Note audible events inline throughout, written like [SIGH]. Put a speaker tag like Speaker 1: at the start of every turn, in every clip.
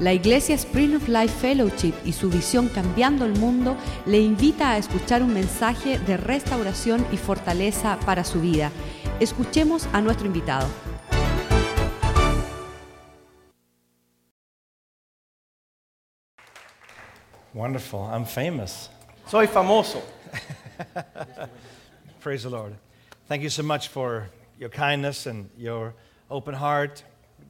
Speaker 1: La Iglesia Spring of Life Fellowship y su visión Cambiando el Mundo le invita a escuchar un mensaje de restauración y fortaleza para su vida. Escuchemos a nuestro invitado.
Speaker 2: Wonderful. I'm famous.
Speaker 3: Soy famoso.
Speaker 2: Praise the Lord. Thank you so much for your kindness and your open heart.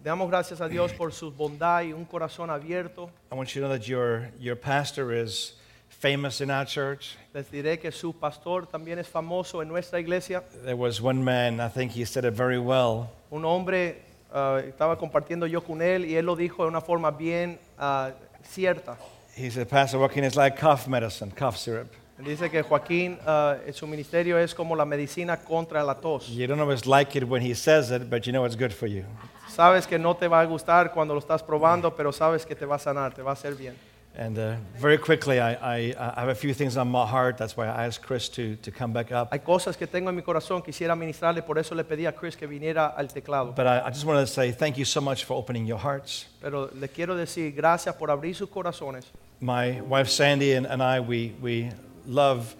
Speaker 3: Damos gracias a Dios por su bondad y un corazón abierto.
Speaker 2: I want you to know that your, your pastor is famous in our church.
Speaker 3: Les diré que su pastor también es famoso en nuestra iglesia.
Speaker 2: There was one man, I think he said it very well.
Speaker 3: Un hombre, ah, estaba compartiendo yo con él y él lo dijo de una forma bien ah, cierta.
Speaker 2: He said, Pastor Joaquin is like cough medicine, cough syrup.
Speaker 3: Él Dice que Joaquín, ah, su ministerio es como la medicina contra la tos.
Speaker 2: You don't always like it when he says it, but you know it's good for you.
Speaker 3: Sabes que no te va a gustar cuando lo estás probando, pero sabes que te va a sanar, te va a hacer bien.
Speaker 2: And uh, very quickly, I, I, I have a few things on my heart. That's why I asked Chris to, to come back up.
Speaker 3: Hay cosas que tengo en mi corazón, quisiera ministrarle, por eso le pedí a Chris que viniera al teclado.
Speaker 2: But I, I just wanted to say thank you so much for opening your hearts.
Speaker 3: Pero le quiero decir gracias por abrir sus corazones.
Speaker 2: My wife Sandy and, and I, we, we love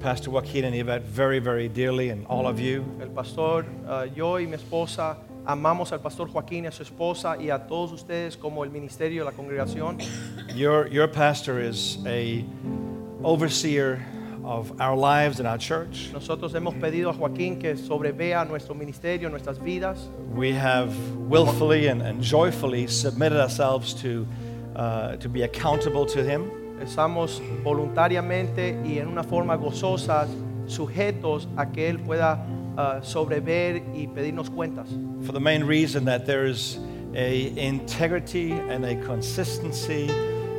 Speaker 2: Pastor Joaquin and Yvette very, very dearly, and all of you.
Speaker 3: El pastor, uh, yo y mi esposa amamos al pastor Joaquín y a su esposa y a todos ustedes como el ministerio de la congregación.
Speaker 2: Your, your pastor is a overseer of our lives and our church.
Speaker 3: Nosotros hemos pedido a Joaquín que sobrevea nuestro ministerio, nuestras vidas.
Speaker 2: We have willfully and, and joyfully submitted ourselves to, uh, to be accountable to him.
Speaker 3: Estamos voluntariamente y en una forma gozosa sujetos a que Él pueda ah, sobrever y pedirnos cuentas.
Speaker 2: for the main reason that there is a integrity and a consistency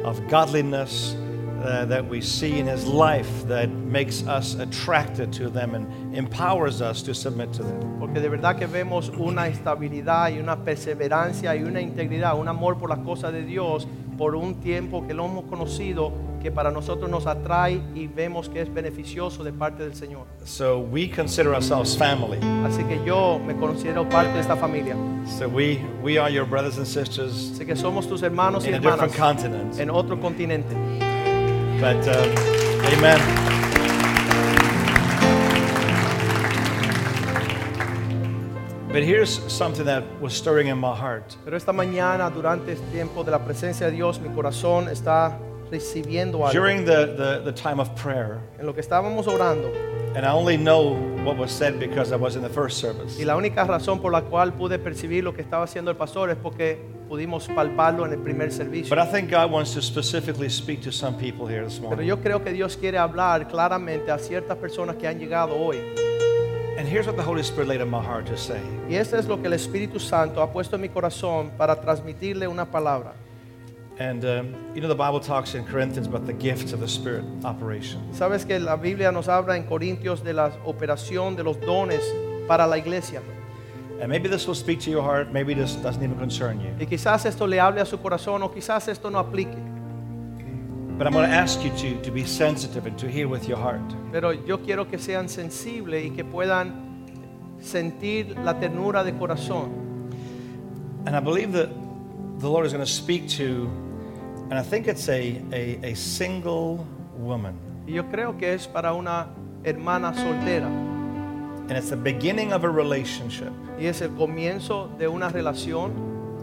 Speaker 2: of godliness uh, that we see in his life that makes us attracted to them and empowers us to submit to them.
Speaker 3: Porque de verdad que vemos una estabilidad y una perseverancia y una integridad, un amor por las cosas de Dios por un tiempo que lo hemos conocido, que para nosotros nos atrae y vemos que es beneficioso de parte del Señor.
Speaker 2: So we consider ourselves family.
Speaker 3: Así que yo me considero parte de esta familia.
Speaker 2: So we we are your brothers and sisters
Speaker 3: Así que somos tus hermanos y
Speaker 2: in a different
Speaker 3: hermanas
Speaker 2: continent.
Speaker 3: en otro continente.
Speaker 2: But um, amen. But here's something that was stirring in my heart.
Speaker 3: Pero esta mañana, durante este tiempo de la presencia de Dios, mi corazón está recibiendo algo.
Speaker 2: During the, the, the time of prayer,
Speaker 3: En lo que estábamos orando,
Speaker 2: and I only know what was said because I was in the first service,
Speaker 3: y la única razón por la cual pude percibir lo que estaba haciendo el pastor es porque pudimos palparlo en el primer servicio.
Speaker 2: but I think God wants to specifically speak to some people here this
Speaker 3: Pero
Speaker 2: morning.
Speaker 3: yo creo que Dios quiere hablar claramente a ciertas personas que han llegado hoy.
Speaker 2: And here's what the Holy Spirit laid on my heart to say
Speaker 3: Y esto es lo que el Espíritu Santo ha puesto en mi corazón para transmitirle una palabra.
Speaker 2: And um, you know, the Bible talks in Corinthians about the gifts of the Spirit operation.
Speaker 3: Sabes que la Biblia nos habla en Corintios de la operación de los dones para la iglesia.
Speaker 2: And maybe this will speak to your heart, maybe this doesn't even concern you.
Speaker 3: Y quizás esto le hable a su corazón o quizás esto no aplique.
Speaker 2: But I'm going to ask you to, to be sensitive and to hear with your heart.
Speaker 3: Pero yo quiero que sean sensibles y que puedan sentir la ternura de corazón.
Speaker 2: And I believe that the Lord is going to speak to, and I think it's a, a, a single woman.
Speaker 3: Y yo creo que es para una hermana soltera.
Speaker 2: And it's the beginning of a relationship.
Speaker 3: Y es el comienzo de una relación.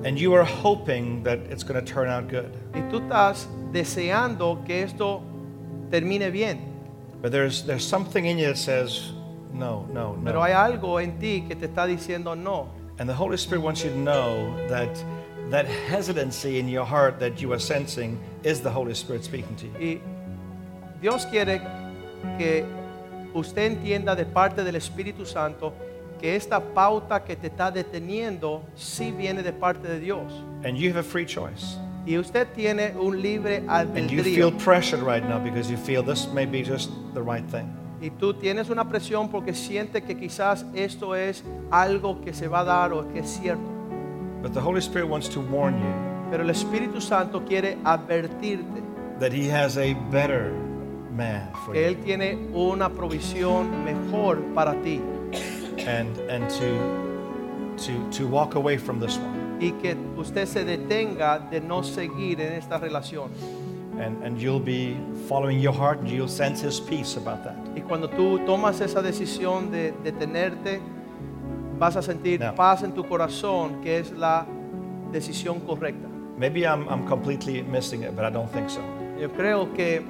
Speaker 2: And you are hoping that it's going to turn out good.
Speaker 3: Y tú estás deseando que esto termine bien.
Speaker 2: But there's, there's something in you that says, no, no,
Speaker 3: Pero hay
Speaker 2: no.
Speaker 3: algo en ti que te está diciendo no.
Speaker 2: And the Holy Spirit wants you to know that that hesitancy in your heart that you are sensing is the Holy Spirit speaking to you.
Speaker 3: Y Dios quiere que usted entienda de parte del Espíritu Santo que esta pauta que te está deteniendo sí viene de parte de Dios.
Speaker 2: And you have a free choice.
Speaker 3: Y usted tiene un libre
Speaker 2: And you feel
Speaker 3: albedrío.
Speaker 2: pressured right now because you feel this may be just the right thing.
Speaker 3: Y tú tienes una presión porque siente que quizás esto es algo que se va a dar o que es cierto.
Speaker 2: But the Holy Spirit wants to warn you
Speaker 3: Pero el Espíritu Santo quiere advertirte
Speaker 2: that He has a better man for
Speaker 3: que
Speaker 2: you.
Speaker 3: Él tiene una provisión mejor para ti.
Speaker 2: And, and to, to, to walk away from this one.
Speaker 3: y que usted se detenga de no seguir en esta relación.
Speaker 2: And, and you'll be following your heart and you'll sense His peace about that.
Speaker 3: Y cuando tú tomas esa decisión de detenerte, vas a sentir
Speaker 2: No.
Speaker 3: paz en tu corazón, que es la decisión correcta.
Speaker 2: Maybe I'm, I'm completely missing it, but I don't think so.
Speaker 3: Yo creo que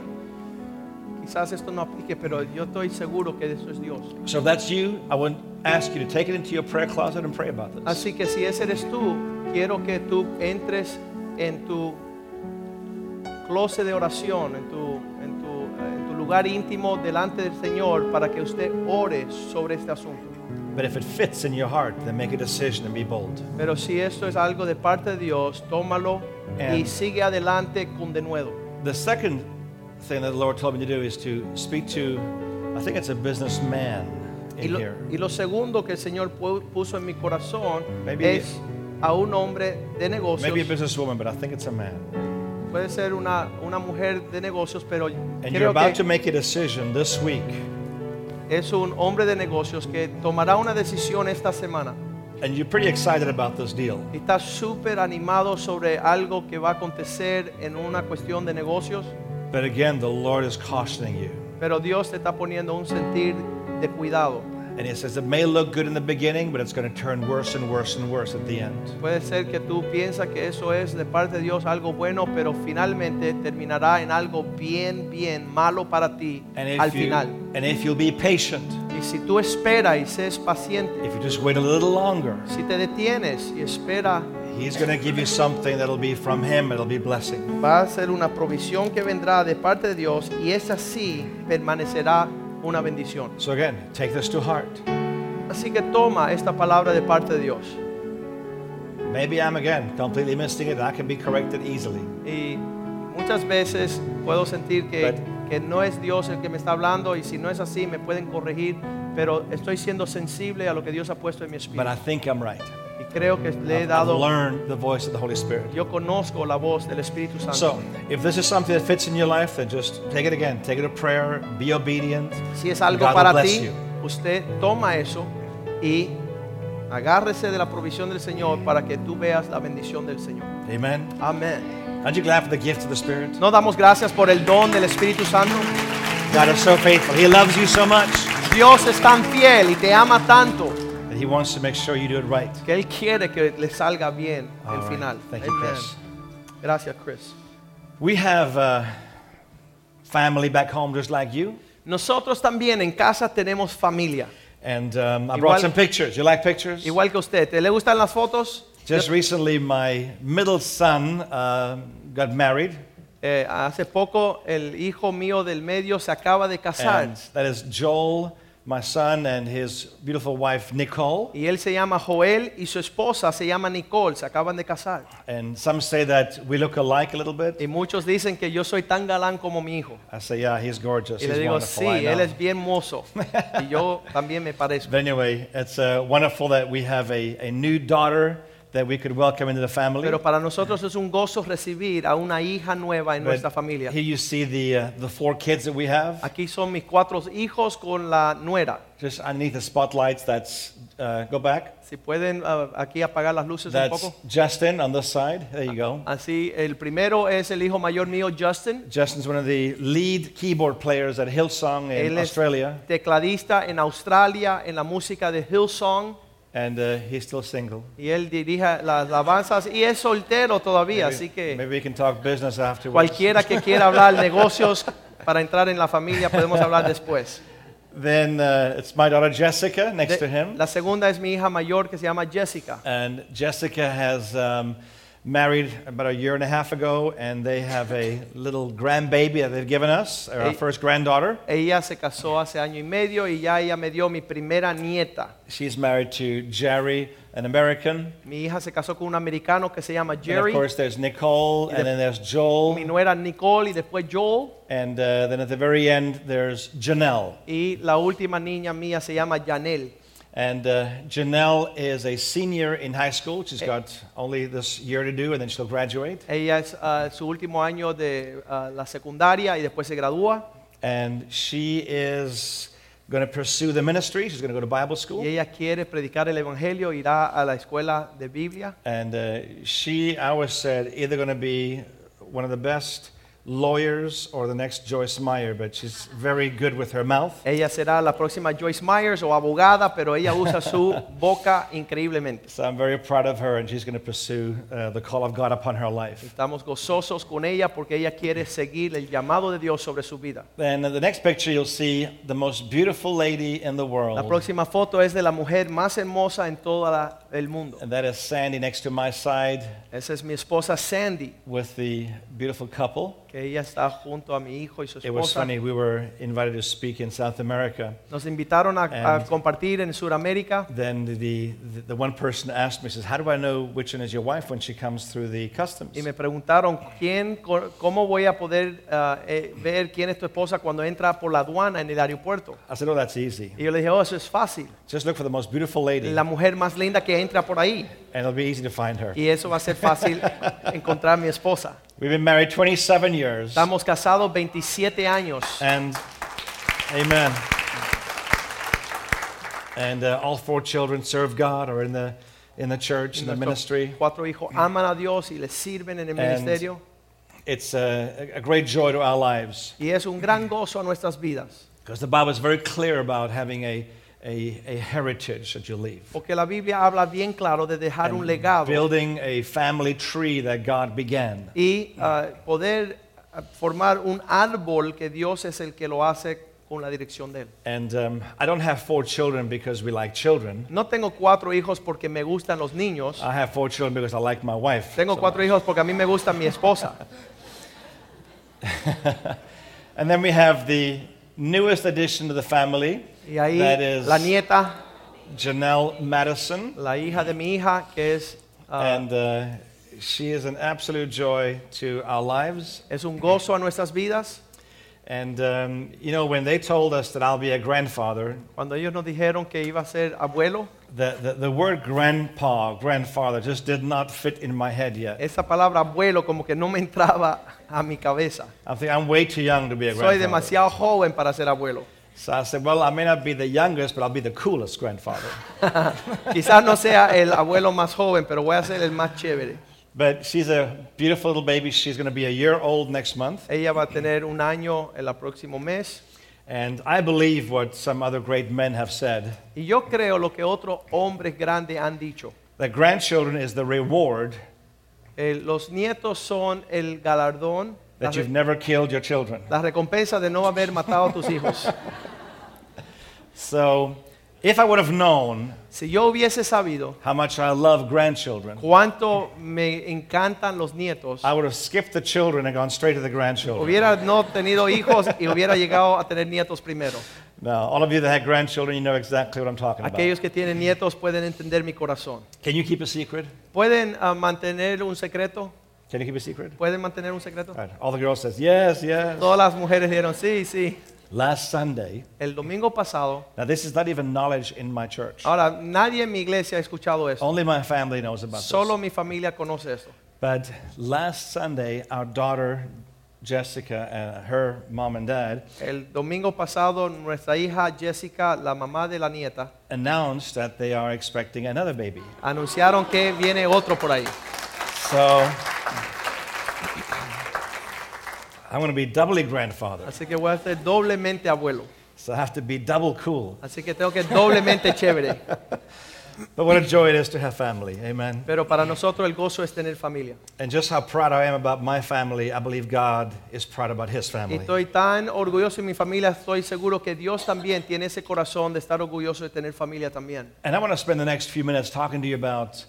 Speaker 3: quizás esto no aplique, pero yo estoy seguro que eso es Dios.
Speaker 2: So if that's you, I would ask you to take it into your prayer closet and pray about this.
Speaker 3: Así que si ese eres tú, quiero que tú entres en tu closet de oración, en tu, en tu, eh, en tu lugar íntimo delante del Señor para que usted ore sobre este asunto.
Speaker 2: But if it fits in your heart, then make a decision and be bold.
Speaker 3: Pero si esto es algo de parte de Dios, tómalo y
Speaker 2: And-
Speaker 3: sigue adelante con denuedo.
Speaker 2: The second thing that the Lord told me to do is to speak to, I think it's a businessman
Speaker 3: Y
Speaker 2: in
Speaker 3: lo,
Speaker 2: here.
Speaker 3: y lo segundo que el Señor pu- puso en mi corazón
Speaker 2: Maybe-
Speaker 3: es a un hombre de negocios.
Speaker 2: Maybe a businesswoman, but I think it's a man.
Speaker 3: Puede ser una, una mujer de negocios, pero
Speaker 2: And you're
Speaker 3: creo
Speaker 2: about to
Speaker 3: que
Speaker 2: make a decision this week,
Speaker 3: es un hombre de negocios que tomará una decisión esta semana.
Speaker 2: and you're pretty excited about this deal.
Speaker 3: Y Está súper animado sobre algo que va a acontecer en una cuestión de negocios,
Speaker 2: But again, the Lord is cautioning you.
Speaker 3: pero Dios te está poniendo un sentir de cuidado.
Speaker 2: And He says it may look good in the beginning, but it's going to turn worse and worse and worse at the end.
Speaker 3: Puede ser que tú piensas que eso es de parte de Dios algo bueno, pero finalmente terminará en algo bien, bien malo para ti
Speaker 2: And if,
Speaker 3: al
Speaker 2: you,
Speaker 3: final.
Speaker 2: and if you'll be patient,
Speaker 3: Y si tú esperas y seas paciente,
Speaker 2: if you just wait a little longer,
Speaker 3: si te detienes y espera,
Speaker 2: He's going to give you something that'll be from Him, it'll be blessing.
Speaker 3: va a ser una provisión que vendrá de parte de Dios y es así permanecerá una bendición.
Speaker 2: So again, take this to heart.
Speaker 3: Así que toma esta palabra de parte de Dios.
Speaker 2: Maybe I'm again completely missing it. I can be corrected easily.
Speaker 3: Y muchas veces puedo sentir que,
Speaker 2: But-
Speaker 3: que no es Dios el que me está hablando y si no es así me pueden corregir, pero estoy siendo sensible a lo que Dios ha puesto en mi
Speaker 2: But
Speaker 3: espíritu.
Speaker 2: I think I'm right.
Speaker 3: Y creo que le he
Speaker 2: I've, I've
Speaker 3: dado,
Speaker 2: learned the voice of the Holy Spirit.
Speaker 3: yo conozco la voz del Espíritu Santo.
Speaker 2: So, if this is something that fits in your life, then just take it again. Take it to prayer. Be obedient.
Speaker 3: si es algo
Speaker 2: God will
Speaker 3: para
Speaker 2: bless
Speaker 3: ti,
Speaker 2: you.
Speaker 3: usted toma eso y agárrese de la provisión del Señor para que tú veas la bendición del Señor.
Speaker 2: Amen.
Speaker 3: Amén.
Speaker 2: Aren't you glad for the gift of the Spirit?
Speaker 3: No damos gracias por el don del Espíritu Santo.
Speaker 2: God is so faithful. He loves you so much
Speaker 3: Dios es tan fiel y te ama tanto.
Speaker 2: that He wants to make sure you do it right.
Speaker 3: que él quiere que le salga bien
Speaker 2: All
Speaker 3: el
Speaker 2: right.
Speaker 3: final.
Speaker 2: Thank you,
Speaker 3: Amen.
Speaker 2: Chris.
Speaker 3: Gracias, Chris.
Speaker 2: We have uh, family back home just like you.
Speaker 3: Nosotros también en casa tenemos familia,
Speaker 2: And um, I brought
Speaker 3: Igual-
Speaker 2: some pictures. You like pictures?
Speaker 3: igual que usted. ¿Te le gustan las fotos?
Speaker 2: Just recently, my middle son uh, got married.
Speaker 3: Eh, hace poco el hijo mío del medio se acaba de casar
Speaker 2: And that is Joel, my son, and his beautiful wife, Nicole.
Speaker 3: y él se llama Joel y su esposa se llama Nicole, se acaban de casar.
Speaker 2: And some say that we look alike a little bit.
Speaker 3: Y muchos dicen que yo soy tan galán como mi hijo.
Speaker 2: I say, yeah, he's gorgeous.
Speaker 3: Y
Speaker 2: He's
Speaker 3: le digo, sí,
Speaker 2: wonderful. I
Speaker 3: él
Speaker 2: know."
Speaker 3: es bien mozo y yo también me
Speaker 2: [LAUGHS]
Speaker 3: parezco.
Speaker 2: But anyway, it's uh, wonderful that we have a, a new daughter that we could welcome into the family.
Speaker 3: Pero para nosotros es un gozo recibir a una hija nueva en
Speaker 2: But
Speaker 3: nuestra familia.
Speaker 2: Here you see the, uh, the four kids that we have.
Speaker 3: Aquí son mis cuatro hijos con la nuera.
Speaker 2: Just underneath the spotlights, that's, uh, go back.
Speaker 3: Si pueden ah, aquí apagar las luces un
Speaker 2: That's
Speaker 3: poco.
Speaker 2: Justin on this side. There you go.
Speaker 3: Así, el primero es el hijo mayor mío, Justin.
Speaker 2: Justin's one of the lead keyboard players at Hillsong in
Speaker 3: Él es
Speaker 2: Australia,
Speaker 3: tecladista en Australia en la música de Hillsong
Speaker 2: and uh, he's still single.
Speaker 3: y él dirige las alabanzas y es soltero todavía, así
Speaker 2: Maybe,
Speaker 3: que
Speaker 2: maybe we can talk business afterwards.
Speaker 3: cualquiera que quiera hablar negocios para entrar en la familia podemos hablar después.
Speaker 2: Then uh, it's my daughter Jessica [LAUGHS] next to
Speaker 3: De-
Speaker 2: him,
Speaker 3: la segunda es mi hija mayor que se llama Jessica.
Speaker 2: and Jessica has um, married about a year and a half ago, and they have a little grandbaby that they've given us, our
Speaker 3: Hey.
Speaker 2: first granddaughter.
Speaker 3: Ella se casó hace año y medio y ya ella me dio mi primera nieta.
Speaker 2: She's married to Jerry, an American.
Speaker 3: Mi hija se casó con un americano que se llama
Speaker 2: And
Speaker 3: Jerry.
Speaker 2: of course, there's Nicole,
Speaker 3: the-
Speaker 2: and then there's
Speaker 3: Mi
Speaker 2: Joel,
Speaker 3: nuera Nicole y después Joel.
Speaker 2: and uh, then at the very end, there's Janelle.
Speaker 3: Y la última niña mía se llama Janel.
Speaker 2: And uh, Janelle is a senior in high school. She's got only this year to do, and then she'll graduate.
Speaker 3: Ella es ah, su último año de ah, la secundaria y después se gradúa.
Speaker 2: And she is going to pursue the ministry. She's going to go to Bible
Speaker 3: Y
Speaker 2: school.
Speaker 3: ella quiere predicar el Evangelio, irá a la escuela de Biblia.
Speaker 2: And uh, she, I always said, either going to be one of the best lawyers or the next Joyce Meyer, but she's very good with her mouth.
Speaker 3: Ella será la próxima Joyce Myers o abogada, pero ella
Speaker 2: [LAUGHS]
Speaker 3: usa su boca increíblemente.
Speaker 2: So I'm very proud of her, and she's going to pursue uh, the call of God upon her life.
Speaker 3: Estamos gozosos con ella porque ella quiere seguir el llamado de Dios sobre su vida.
Speaker 2: Then in the next picture, you'll see the most beautiful lady in the
Speaker 3: La
Speaker 2: world.
Speaker 3: próxima foto es de la mujer más hermosa en todo el mundo.
Speaker 2: And that is Sandy next to my side
Speaker 3: Esa es mi esposa Sandy,
Speaker 2: with the beautiful couple.
Speaker 3: que ella está junto a mi hijo y su
Speaker 2: It was
Speaker 3: esposa.
Speaker 2: funny, we were invited to speak in South America.
Speaker 3: Nos invitaron a, a
Speaker 2: And-
Speaker 3: compartir en Sudamérica.
Speaker 2: Then the, the, the one person asked me, says, How do I know which one is your wife when she comes through the customs?
Speaker 3: Y me preguntaron quién, co- cómo voy a poder ah, eh, ver quién es tu esposa cuando entra por la aduana en el aeropuerto.
Speaker 2: I said, Oh, that's easy.
Speaker 3: Y yo le dije, oh, eso es fácil.
Speaker 2: Just look for the most beautiful lady,
Speaker 3: La
Speaker 2: and
Speaker 3: mujer más linda que entra por ahí.
Speaker 2: it'll be easy to find her.
Speaker 3: Y eso va a ser fácil encontrar a mi esposa.
Speaker 2: We've been married 27 years.
Speaker 3: Estamos casados 27 años.
Speaker 2: And amen. And uh, all four children serve God or in the in the church in the
Speaker 3: Nuestros
Speaker 2: ministry.
Speaker 3: Cuatro hijos aman a Dios y le sirven en el
Speaker 2: And-
Speaker 3: ministerio.
Speaker 2: It's uh, a, a great joy to our lives
Speaker 3: Y es un gran gozo a nuestras vidas.
Speaker 2: because the Bible is very clear about having a a, a heritage that you leave.
Speaker 3: Porque la Biblia habla bien claro de dejar un legado
Speaker 2: Building a family tree that God began.
Speaker 3: y ah, poder ah, formar un árbol que Dios es el que lo hace con la dirección de Él.
Speaker 2: And um, I don't have four children because we like children.
Speaker 3: No tengo cuatro hijos porque me gustan los niños.
Speaker 2: I have four children because I like my wife.
Speaker 3: Tengo
Speaker 2: Ah, so
Speaker 3: cuatro
Speaker 2: much.
Speaker 3: hijos porque a mí me gusta mi esposa.
Speaker 2: And then we have the newest addition to the family.
Speaker 3: Y ahí
Speaker 2: that is
Speaker 3: la nieta,
Speaker 2: Janelle Madison,
Speaker 3: la hija de mi hija, que es, ah,
Speaker 2: and uh, she is an absolute joy to our lives.
Speaker 3: es un gozo a nuestras vidas.
Speaker 2: And um, you know, when they told us that I'll be a grandfather,
Speaker 3: Cuando ellos nos dijeron que iba a ser abuelo,
Speaker 2: the, the, the word grandpa, grandfather, just did not fit in my head yet.
Speaker 3: esa palabra abuelo como que no me entraba a mi cabeza.
Speaker 2: I think I'm way too young to be a
Speaker 3: Soy
Speaker 2: grandfather.
Speaker 3: demasiado joven para ser abuelo.
Speaker 2: So I said, well, I may not be the youngest, but I'll be the coolest grandfather.
Speaker 3: Quizás no sea el abuelo más joven, pero voy a ser el más chévere.
Speaker 2: but she's a beautiful little baby. She's going to be a year old next month.
Speaker 3: Ella va a tener un año el próximo mes.
Speaker 2: And I believe what some other great men have said
Speaker 3: Y yo creo lo que otros hombres grandes han dicho.
Speaker 2: that grandchildren is the reward
Speaker 3: Eh, los nietos son el galardón, la,
Speaker 2: that you've
Speaker 3: re-
Speaker 2: never killed your children.
Speaker 3: la recompensa de no haber matado a tus hijos. [LAUGHS]
Speaker 2: So, if I would have known
Speaker 3: Si yo hubiese sabido
Speaker 2: how much I love grandchildren,
Speaker 3: cuánto me encantan los nietos,
Speaker 2: I would have skipped the children and gone straight to the grandchildren.
Speaker 3: hubiera no tenido hijos y hubiera llegado a tener nietos primero.
Speaker 2: Now, all of you that had grandchildren, you know exactly what I'm talking about.
Speaker 3: Aquellos que tienen nietos pueden entender mi corazón.
Speaker 2: Can you keep a secret?
Speaker 3: ¿Pueden ah, mantener un secreto?
Speaker 2: Can you keep a secret?
Speaker 3: ¿Pueden mantener un secreto?
Speaker 2: All, right. all the girls says yes, yes.
Speaker 3: Todas las mujeres dijeron, sí, sí.
Speaker 2: Last Sunday.
Speaker 3: El domingo pasado,
Speaker 2: Now, this is not even knowledge in my church.
Speaker 3: ahora nadie en mi iglesia ha escuchado eso.
Speaker 2: Only Oh, my family knows about
Speaker 3: Solo
Speaker 2: this.
Speaker 3: mi familia conoce eso.
Speaker 2: But last Sunday, our daughter Jessica and her mom and dad
Speaker 3: El domingo pasado, nuestra hija Jessica, la mamá de la nieta,
Speaker 2: announced that they are expecting another baby.
Speaker 3: anunciaron que viene otro por ahí.
Speaker 2: So I'm going to be doubly grandfather.
Speaker 3: Así que voy a ser doblemente abuelo.
Speaker 2: So I have to be double cool.
Speaker 3: Así que tengo que doblemente chévere.
Speaker 2: But what a joy it is to have family. Amen.
Speaker 3: Pero para nosotros el gozo es tener familia.
Speaker 2: And just how proud I am about my family, I believe God is proud about his
Speaker 3: Y
Speaker 2: family.
Speaker 3: estoy tan orgulloso de mi familia, estoy seguro que Dios también tiene ese corazón de estar orgulloso de tener familia también.
Speaker 2: And I want to spend the next few minutes talking to you about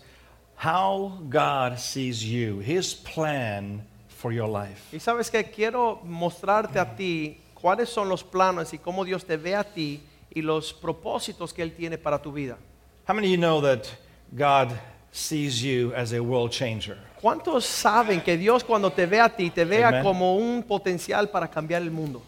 Speaker 2: how God sees you, his plan for your life.
Speaker 3: Y sabes que quiero mostrarte a ti cuáles son los planes y cómo Dios te ve a ti y los propósitos que Él tiene para tu vida.
Speaker 2: How many of you know that God sees you as a world changer?
Speaker 3: ¿Cuántos saben que Dios cuando te ve a ti, te vea
Speaker 2: Amen.
Speaker 3: como un potencial para cambiar el mundo?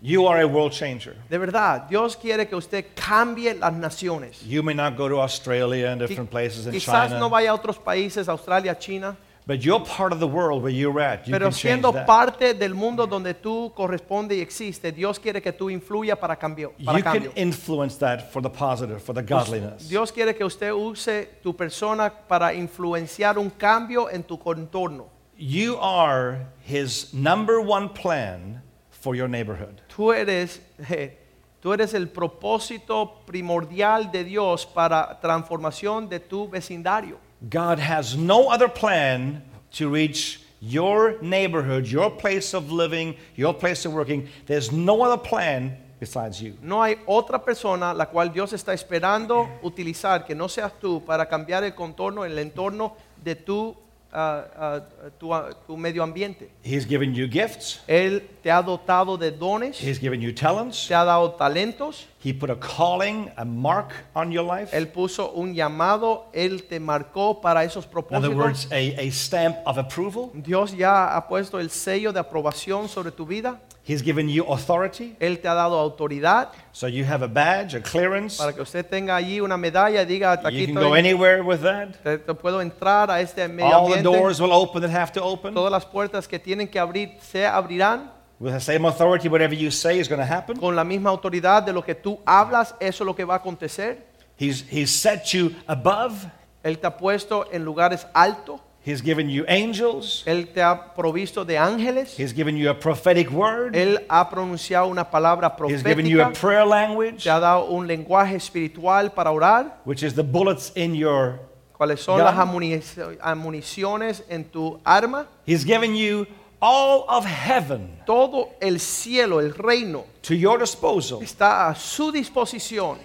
Speaker 2: You are a world changer.
Speaker 3: De verdad, Dios quiere que usted cambie las naciones.
Speaker 2: You may not go to Australia and
Speaker 3: Qui-
Speaker 2: different places in
Speaker 3: Quizás
Speaker 2: China.
Speaker 3: no vaya a otros países, Australia, China,
Speaker 2: But you're part of the world where you're at. You
Speaker 3: Pero
Speaker 2: can change
Speaker 3: siendo
Speaker 2: that.
Speaker 3: parte del mundo donde tú corresponde y existe, Dios quiere que tú influya para cambio. Para
Speaker 2: you can
Speaker 3: cambio.
Speaker 2: influence that for the positive, for the godliness.
Speaker 3: Dios quiere que usted use tu persona para influenciar un cambio en tu contorno.
Speaker 2: You are his number one plan for your neighborhood.
Speaker 3: Tú eres, eh, tú eres el propósito primordial de Dios para transformación de tu vecindario.
Speaker 2: God has no other plan to reach your neighborhood, your place of living, your place of working. There's no other plan besides you.
Speaker 3: No hay otra persona la cual Dios está esperando utilizar que no seas tú para cambiar el contorno, el entorno de tu, ah, ah, tu, ah, tu medio ambiente.
Speaker 2: He's given you gifts,
Speaker 3: Él te ha dotado de dones,
Speaker 2: he's given you talents,
Speaker 3: te ha dado talentos,
Speaker 2: he put a calling, a mark on your life.
Speaker 3: Él puso un llamado, Él te marcó para esos
Speaker 2: In other
Speaker 3: propósitos.
Speaker 2: words, a, a stamp of approval.
Speaker 3: Dios ya ha puesto el sello de aprobación sobre tu vida.
Speaker 2: He's given you authority.
Speaker 3: Él te ha dado autoridad
Speaker 2: So you have a badge, a clearance.
Speaker 3: para que usted tenga allí una medalla y diga, "Hasta
Speaker 2: You
Speaker 3: aquí
Speaker 2: can go
Speaker 3: estoy,
Speaker 2: anywhere with that.
Speaker 3: te, te puedo entrar a este medio
Speaker 2: All the
Speaker 3: ambiente.
Speaker 2: doors will open that have to open.
Speaker 3: Todas las puertas que tienen que abrir se abrirán
Speaker 2: With the same authority, whatever you say is going to happen.
Speaker 3: con la misma autoridad de lo que tú hablas, eso es lo que va a acontecer.
Speaker 2: He's, he's set you above.
Speaker 3: Él te ha puesto en lugares altos,
Speaker 2: He's given you angels.
Speaker 3: Él te ha provisto de ángeles,
Speaker 2: He's given you a prophetic word.
Speaker 3: Él ha pronunciado una palabra
Speaker 2: He's given you a
Speaker 3: profética,
Speaker 2: prayer language,
Speaker 3: te ha dado un lenguaje espiritual para orar,
Speaker 2: which is the bullets in your.
Speaker 3: cuáles son
Speaker 2: Ya.
Speaker 3: las amuni- amuniciones en tu arma,
Speaker 2: He's given you all of heaven
Speaker 3: todo el cielo, el reino,
Speaker 2: to your disposal
Speaker 3: está a su disposición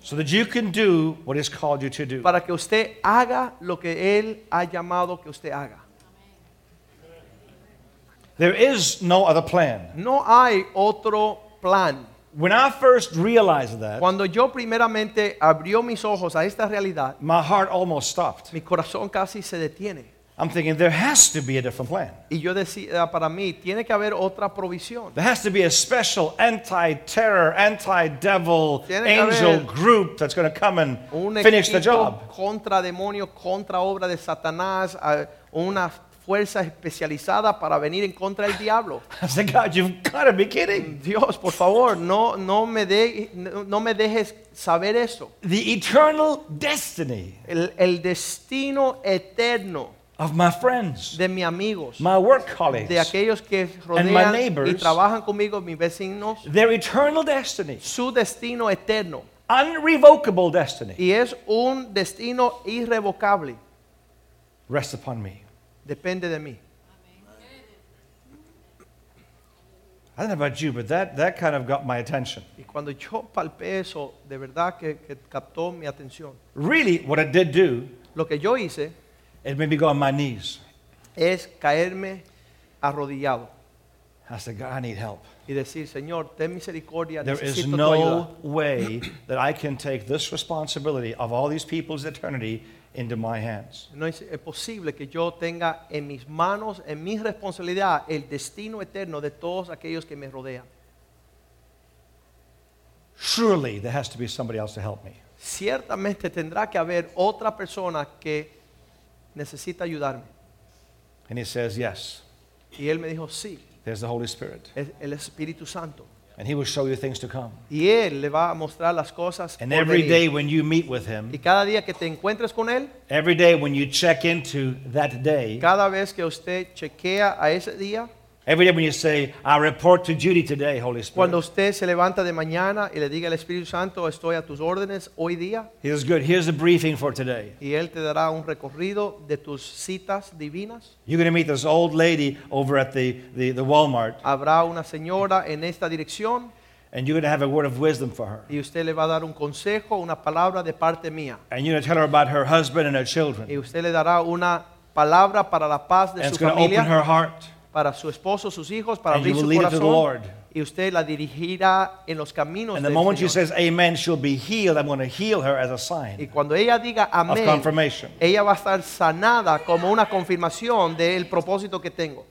Speaker 2: so that you can do what He's called you to do.
Speaker 3: para que usted haga lo que Él ha llamado que usted haga.
Speaker 2: There is no other plan.
Speaker 3: No hay otro plan.
Speaker 2: When I first realized that,
Speaker 3: Cuando yo primeramente abrió mis ojos a esta realidad,
Speaker 2: my heart almost stopped.
Speaker 3: mi corazón casi se detiene.
Speaker 2: I'm thinking there has to be a different plan.
Speaker 3: Y yo decía para mí, tiene que haber otra provisión.
Speaker 2: There has to be a special anti-terror, anti-devil
Speaker 3: Tiene que
Speaker 2: angel
Speaker 3: haber
Speaker 2: group that's going to come and
Speaker 3: Un
Speaker 2: finish the
Speaker 3: equipo
Speaker 2: job. [LAUGHS]
Speaker 3: contra demonio, contra obra de Satanás, a- una fuerza especializada para venir en contra del diablo.
Speaker 2: I said, God, you've got to be kidding.
Speaker 3: Dios, por favor, no, no, me, de- no no me dejes saber eso.
Speaker 2: The eternal destiny
Speaker 3: El, el destino eterno
Speaker 2: of my friends,
Speaker 3: de mis amigos.
Speaker 2: my work colleagues,
Speaker 3: de aquellos que
Speaker 2: my
Speaker 3: rodean y
Speaker 2: neighbors.
Speaker 3: trabajan conmigo, mis vecinos,
Speaker 2: their eternal destiny,
Speaker 3: su destino eterno.
Speaker 2: unrevocable destiny,
Speaker 3: Y es un destino irrevocable.
Speaker 2: rests upon me.
Speaker 3: Depende de mí.
Speaker 2: I don't know about you, but that, that kind of got my attention.
Speaker 3: Y cuando yo [LAUGHS] palpé eso, de verdad que, que captó mi atención.
Speaker 2: Really, what it did do,
Speaker 3: Lo que yo hice
Speaker 2: it made me go on my knees.
Speaker 3: es caerme arrodillado
Speaker 2: I said, God, I need help.
Speaker 3: y decir, Señor, ten misericordia,
Speaker 2: There is
Speaker 3: necesito tu ayuda.
Speaker 2: no way that I can take this responsibility of all these people's eternity into my hands.
Speaker 3: No es es posible que yo tenga en mis manos, en mi responsabilidad, el destino eterno de todos aquellos que me rodean.
Speaker 2: Surely there has to be somebody else to help me.
Speaker 3: ciertamente tendrá que haber otra persona que necesita ayudarme.
Speaker 2: And he says, Yes,
Speaker 3: Y él me dijo, sí,
Speaker 2: there's the Holy Spirit.
Speaker 3: es el Espíritu Santo.
Speaker 2: And he will show you things to come.
Speaker 3: Y él le va a mostrar las cosas.
Speaker 2: And
Speaker 3: por
Speaker 2: every
Speaker 3: venir.
Speaker 2: day when you meet with
Speaker 3: y
Speaker 2: him,
Speaker 3: cada día que te encuentres con él,
Speaker 2: every day when you check into that day,
Speaker 3: cada vez que usted chequea a ese día,
Speaker 2: every day when you say, I report to Judy today, Holy
Speaker 3: cuando
Speaker 2: Spirit.
Speaker 3: usted se levanta de mañana y le diga al Espíritu Santo, estoy a tus órdenes hoy día,
Speaker 2: Here's good. Here's the briefing for today.
Speaker 3: y él te dará un recorrido de tus citas divinas.
Speaker 2: You're going to meet this old lady over at the, the, the Walmart,
Speaker 3: Habrá una señora en esta dirección
Speaker 2: and you're going to have a word of wisdom for her.
Speaker 3: y usted le va a dar un consejo, una palabra de parte mía.
Speaker 2: And you're going to tell her about her husband and her children.
Speaker 3: y usted le dará una palabra para la paz de
Speaker 2: And it's
Speaker 3: su
Speaker 2: going to open
Speaker 3: familia,
Speaker 2: her heart.
Speaker 3: para su esposo, sus hijos, para
Speaker 2: And you
Speaker 3: abrir su
Speaker 2: will lead her to the Lord.
Speaker 3: corazón. Y usted la dirigirá en los caminos
Speaker 2: And the
Speaker 3: del
Speaker 2: moment she
Speaker 3: Señor.
Speaker 2: says amen, she'll be healed. I'm going to heal her as a
Speaker 3: y
Speaker 2: sign
Speaker 3: cuando ella diga
Speaker 2: of
Speaker 3: amén,
Speaker 2: confirmation.
Speaker 3: ella va a estar sanada como una confirmación del propósito que tengo.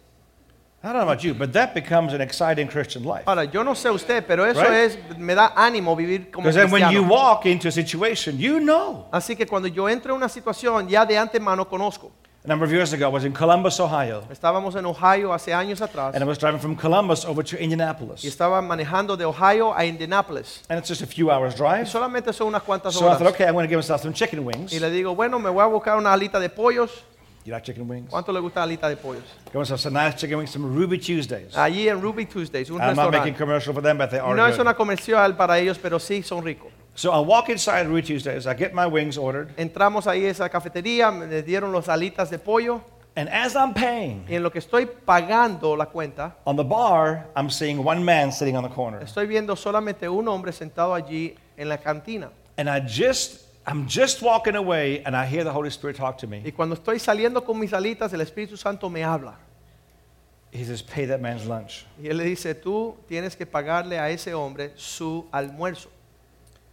Speaker 2: I don't know about you, but that becomes an exciting Christian life.
Speaker 3: Ahora, yo no sé usted, pero eso
Speaker 2: Right.
Speaker 3: es me da ánimo vivir como
Speaker 2: Because then when you
Speaker 3: cristiano.
Speaker 2: walk into a situation, you know
Speaker 3: Así que cuando yo entro en una situación, ya de antemano conozco.
Speaker 2: A number of years ago, I was in Columbus, Ohio,
Speaker 3: Estábamos en Ohio hace años atrás
Speaker 2: and I was driving from Columbus over to Indianapolis.
Speaker 3: y estaba manejando de Ohio a Indianapolis.
Speaker 2: And it's just a few hours
Speaker 3: Y
Speaker 2: drive.
Speaker 3: solamente son unas cuantas
Speaker 2: So I
Speaker 3: horas.
Speaker 2: thought, okay, I'm going to give myself some chicken wings.
Speaker 3: Y le digo, bueno, me voy a buscar una alita de pollos.
Speaker 2: You like chicken wings?
Speaker 3: ¿Cuánto le gusta la alita de pollos?
Speaker 2: Give myself some nice chicken wings, some Ruby Tuesdays.
Speaker 3: Allí en Ruby Tuesdays, un
Speaker 2: I'm not making
Speaker 3: restaurante.
Speaker 2: commercial for them, but they are
Speaker 3: Ah, No es
Speaker 2: good.
Speaker 3: una comercial para ellos, pero sí son ricos.
Speaker 2: So I walk inside Ruby Tuesdays. I get my wings ordered,
Speaker 3: Entramos ahí a esa cafetería, me les dieron las alitas de pollo
Speaker 2: and as I'm paying
Speaker 3: y en lo que estoy pagando la cuenta,
Speaker 2: on the bar, I'm seeing one man sitting on the corner,
Speaker 3: estoy viendo solamente un hombre sentado allí en la cantina.
Speaker 2: and I just I'm just walking away, and I hear the Holy Spirit talk to me.
Speaker 3: Y cuando estoy saliendo con mis alitas, el Espíritu Santo me habla.
Speaker 2: He says, "Pay that man's lunch."
Speaker 3: Y él le dice, tú tienes que pagarle a ese hombre su almuerzo.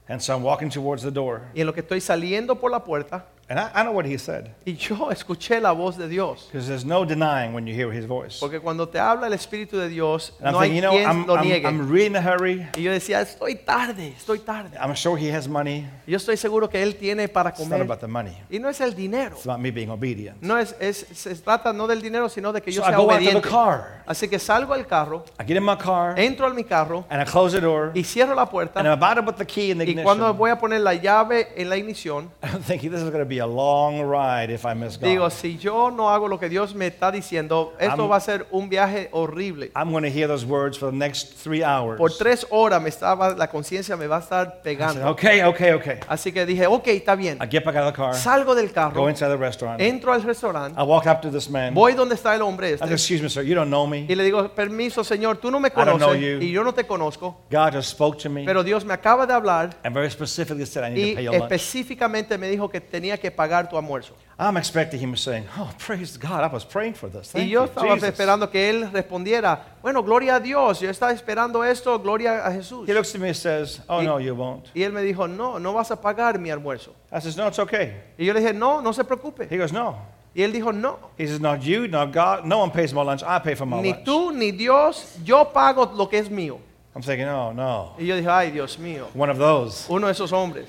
Speaker 2: And so I'm walking towards the door,
Speaker 3: Y en lo que estoy saliendo por la puerta,
Speaker 2: and I, I know what he said
Speaker 3: y yo [LAUGHS] escuché la voz de Dios.
Speaker 2: because there's no denying when you hear his voice.
Speaker 3: Porque cuando te habla el Espíritu de Dios,
Speaker 2: And I'm
Speaker 3: no hay
Speaker 2: thinking, you know,
Speaker 3: quien
Speaker 2: I'm,
Speaker 3: lo
Speaker 2: I'm,
Speaker 3: niegue.
Speaker 2: I'm really in a hurry.
Speaker 3: y yo decía, estoy tarde, estoy tarde.
Speaker 2: I'm sure he has money.
Speaker 3: Yo estoy seguro que Él tiene para
Speaker 2: It's not
Speaker 3: comer.
Speaker 2: about the money.
Speaker 3: Y no es el dinero.
Speaker 2: It's about me being obedient.
Speaker 3: No es, es- se trata no del dinero, sino de que yo
Speaker 2: So I
Speaker 3: sea
Speaker 2: go out to the
Speaker 3: obediente.
Speaker 2: car.
Speaker 3: Así que salgo al carro,
Speaker 2: I get in my car
Speaker 3: entro a mi carro
Speaker 2: and I close the door
Speaker 3: y cierro la
Speaker 2: and I'm
Speaker 3: puerta.
Speaker 2: about to put the key in the
Speaker 3: Y
Speaker 2: [LAUGHS]
Speaker 3: cuando
Speaker 2: ignition.
Speaker 3: voy a poner la llave en la ignición,
Speaker 2: I'm thinking this is going to be a long ride if I miss
Speaker 3: digo,
Speaker 2: God.
Speaker 3: si yo no hago lo que Dios me está diciendo, esto
Speaker 2: I'm-
Speaker 3: va a ser un viaje horrible.
Speaker 2: I'm going to hear those words for the next three hours.
Speaker 3: Por tres horas me estaba, la conciencia me va a estar
Speaker 2: I said,
Speaker 3: pegando.
Speaker 2: okay, okay, okay.
Speaker 3: Así que dije, ok, está bien.
Speaker 2: I get back out of the car,
Speaker 3: Salgo del
Speaker 2: go
Speaker 3: carro,
Speaker 2: inside the restaurant.
Speaker 3: entro al restaurante,
Speaker 2: I walk up to this man. I
Speaker 3: voy donde está el hombre
Speaker 2: said,
Speaker 3: este
Speaker 2: excuse me, sir, you don't know
Speaker 3: y
Speaker 2: me.
Speaker 3: le digo, permiso señor, tú no me
Speaker 2: don't know
Speaker 3: conoces
Speaker 2: you.
Speaker 3: y yo no te conozco,
Speaker 2: God just spoke to me
Speaker 3: pero Dios me acaba de hablar
Speaker 2: and very specifically said, I need to
Speaker 3: y
Speaker 2: pay your lunch.
Speaker 3: específicamente me dijo que tenía que pagar tu almuerzo.
Speaker 2: I'm expecting him saying, oh, praise God, I was praying for this.
Speaker 3: Y
Speaker 2: Thank
Speaker 3: yo
Speaker 2: you,
Speaker 3: estaba
Speaker 2: Jesus."
Speaker 3: esperando que él respondiera, bueno, gloria a Dios, yo estaba esperando esto, gloria a Jesús.
Speaker 2: He looks at me and says, oh,
Speaker 3: Y-
Speaker 2: no, you won't.
Speaker 3: Y él me dijo, no, no vas a pagar mi almuerzo.
Speaker 2: I says, no, it's okay.
Speaker 3: Y yo le dije, no, no se preocupe.
Speaker 2: He goes, no.
Speaker 3: Y él dijo, no,
Speaker 2: He says, not you, not God. No one pays my lunch. I pay for my
Speaker 3: ni
Speaker 2: lunch.
Speaker 3: tú ni Dios, yo pago lo que es mío.
Speaker 2: I'm thinking, oh, no.
Speaker 3: Y yo dije, ay Dios mío,
Speaker 2: One of those.
Speaker 3: uno de esos hombres.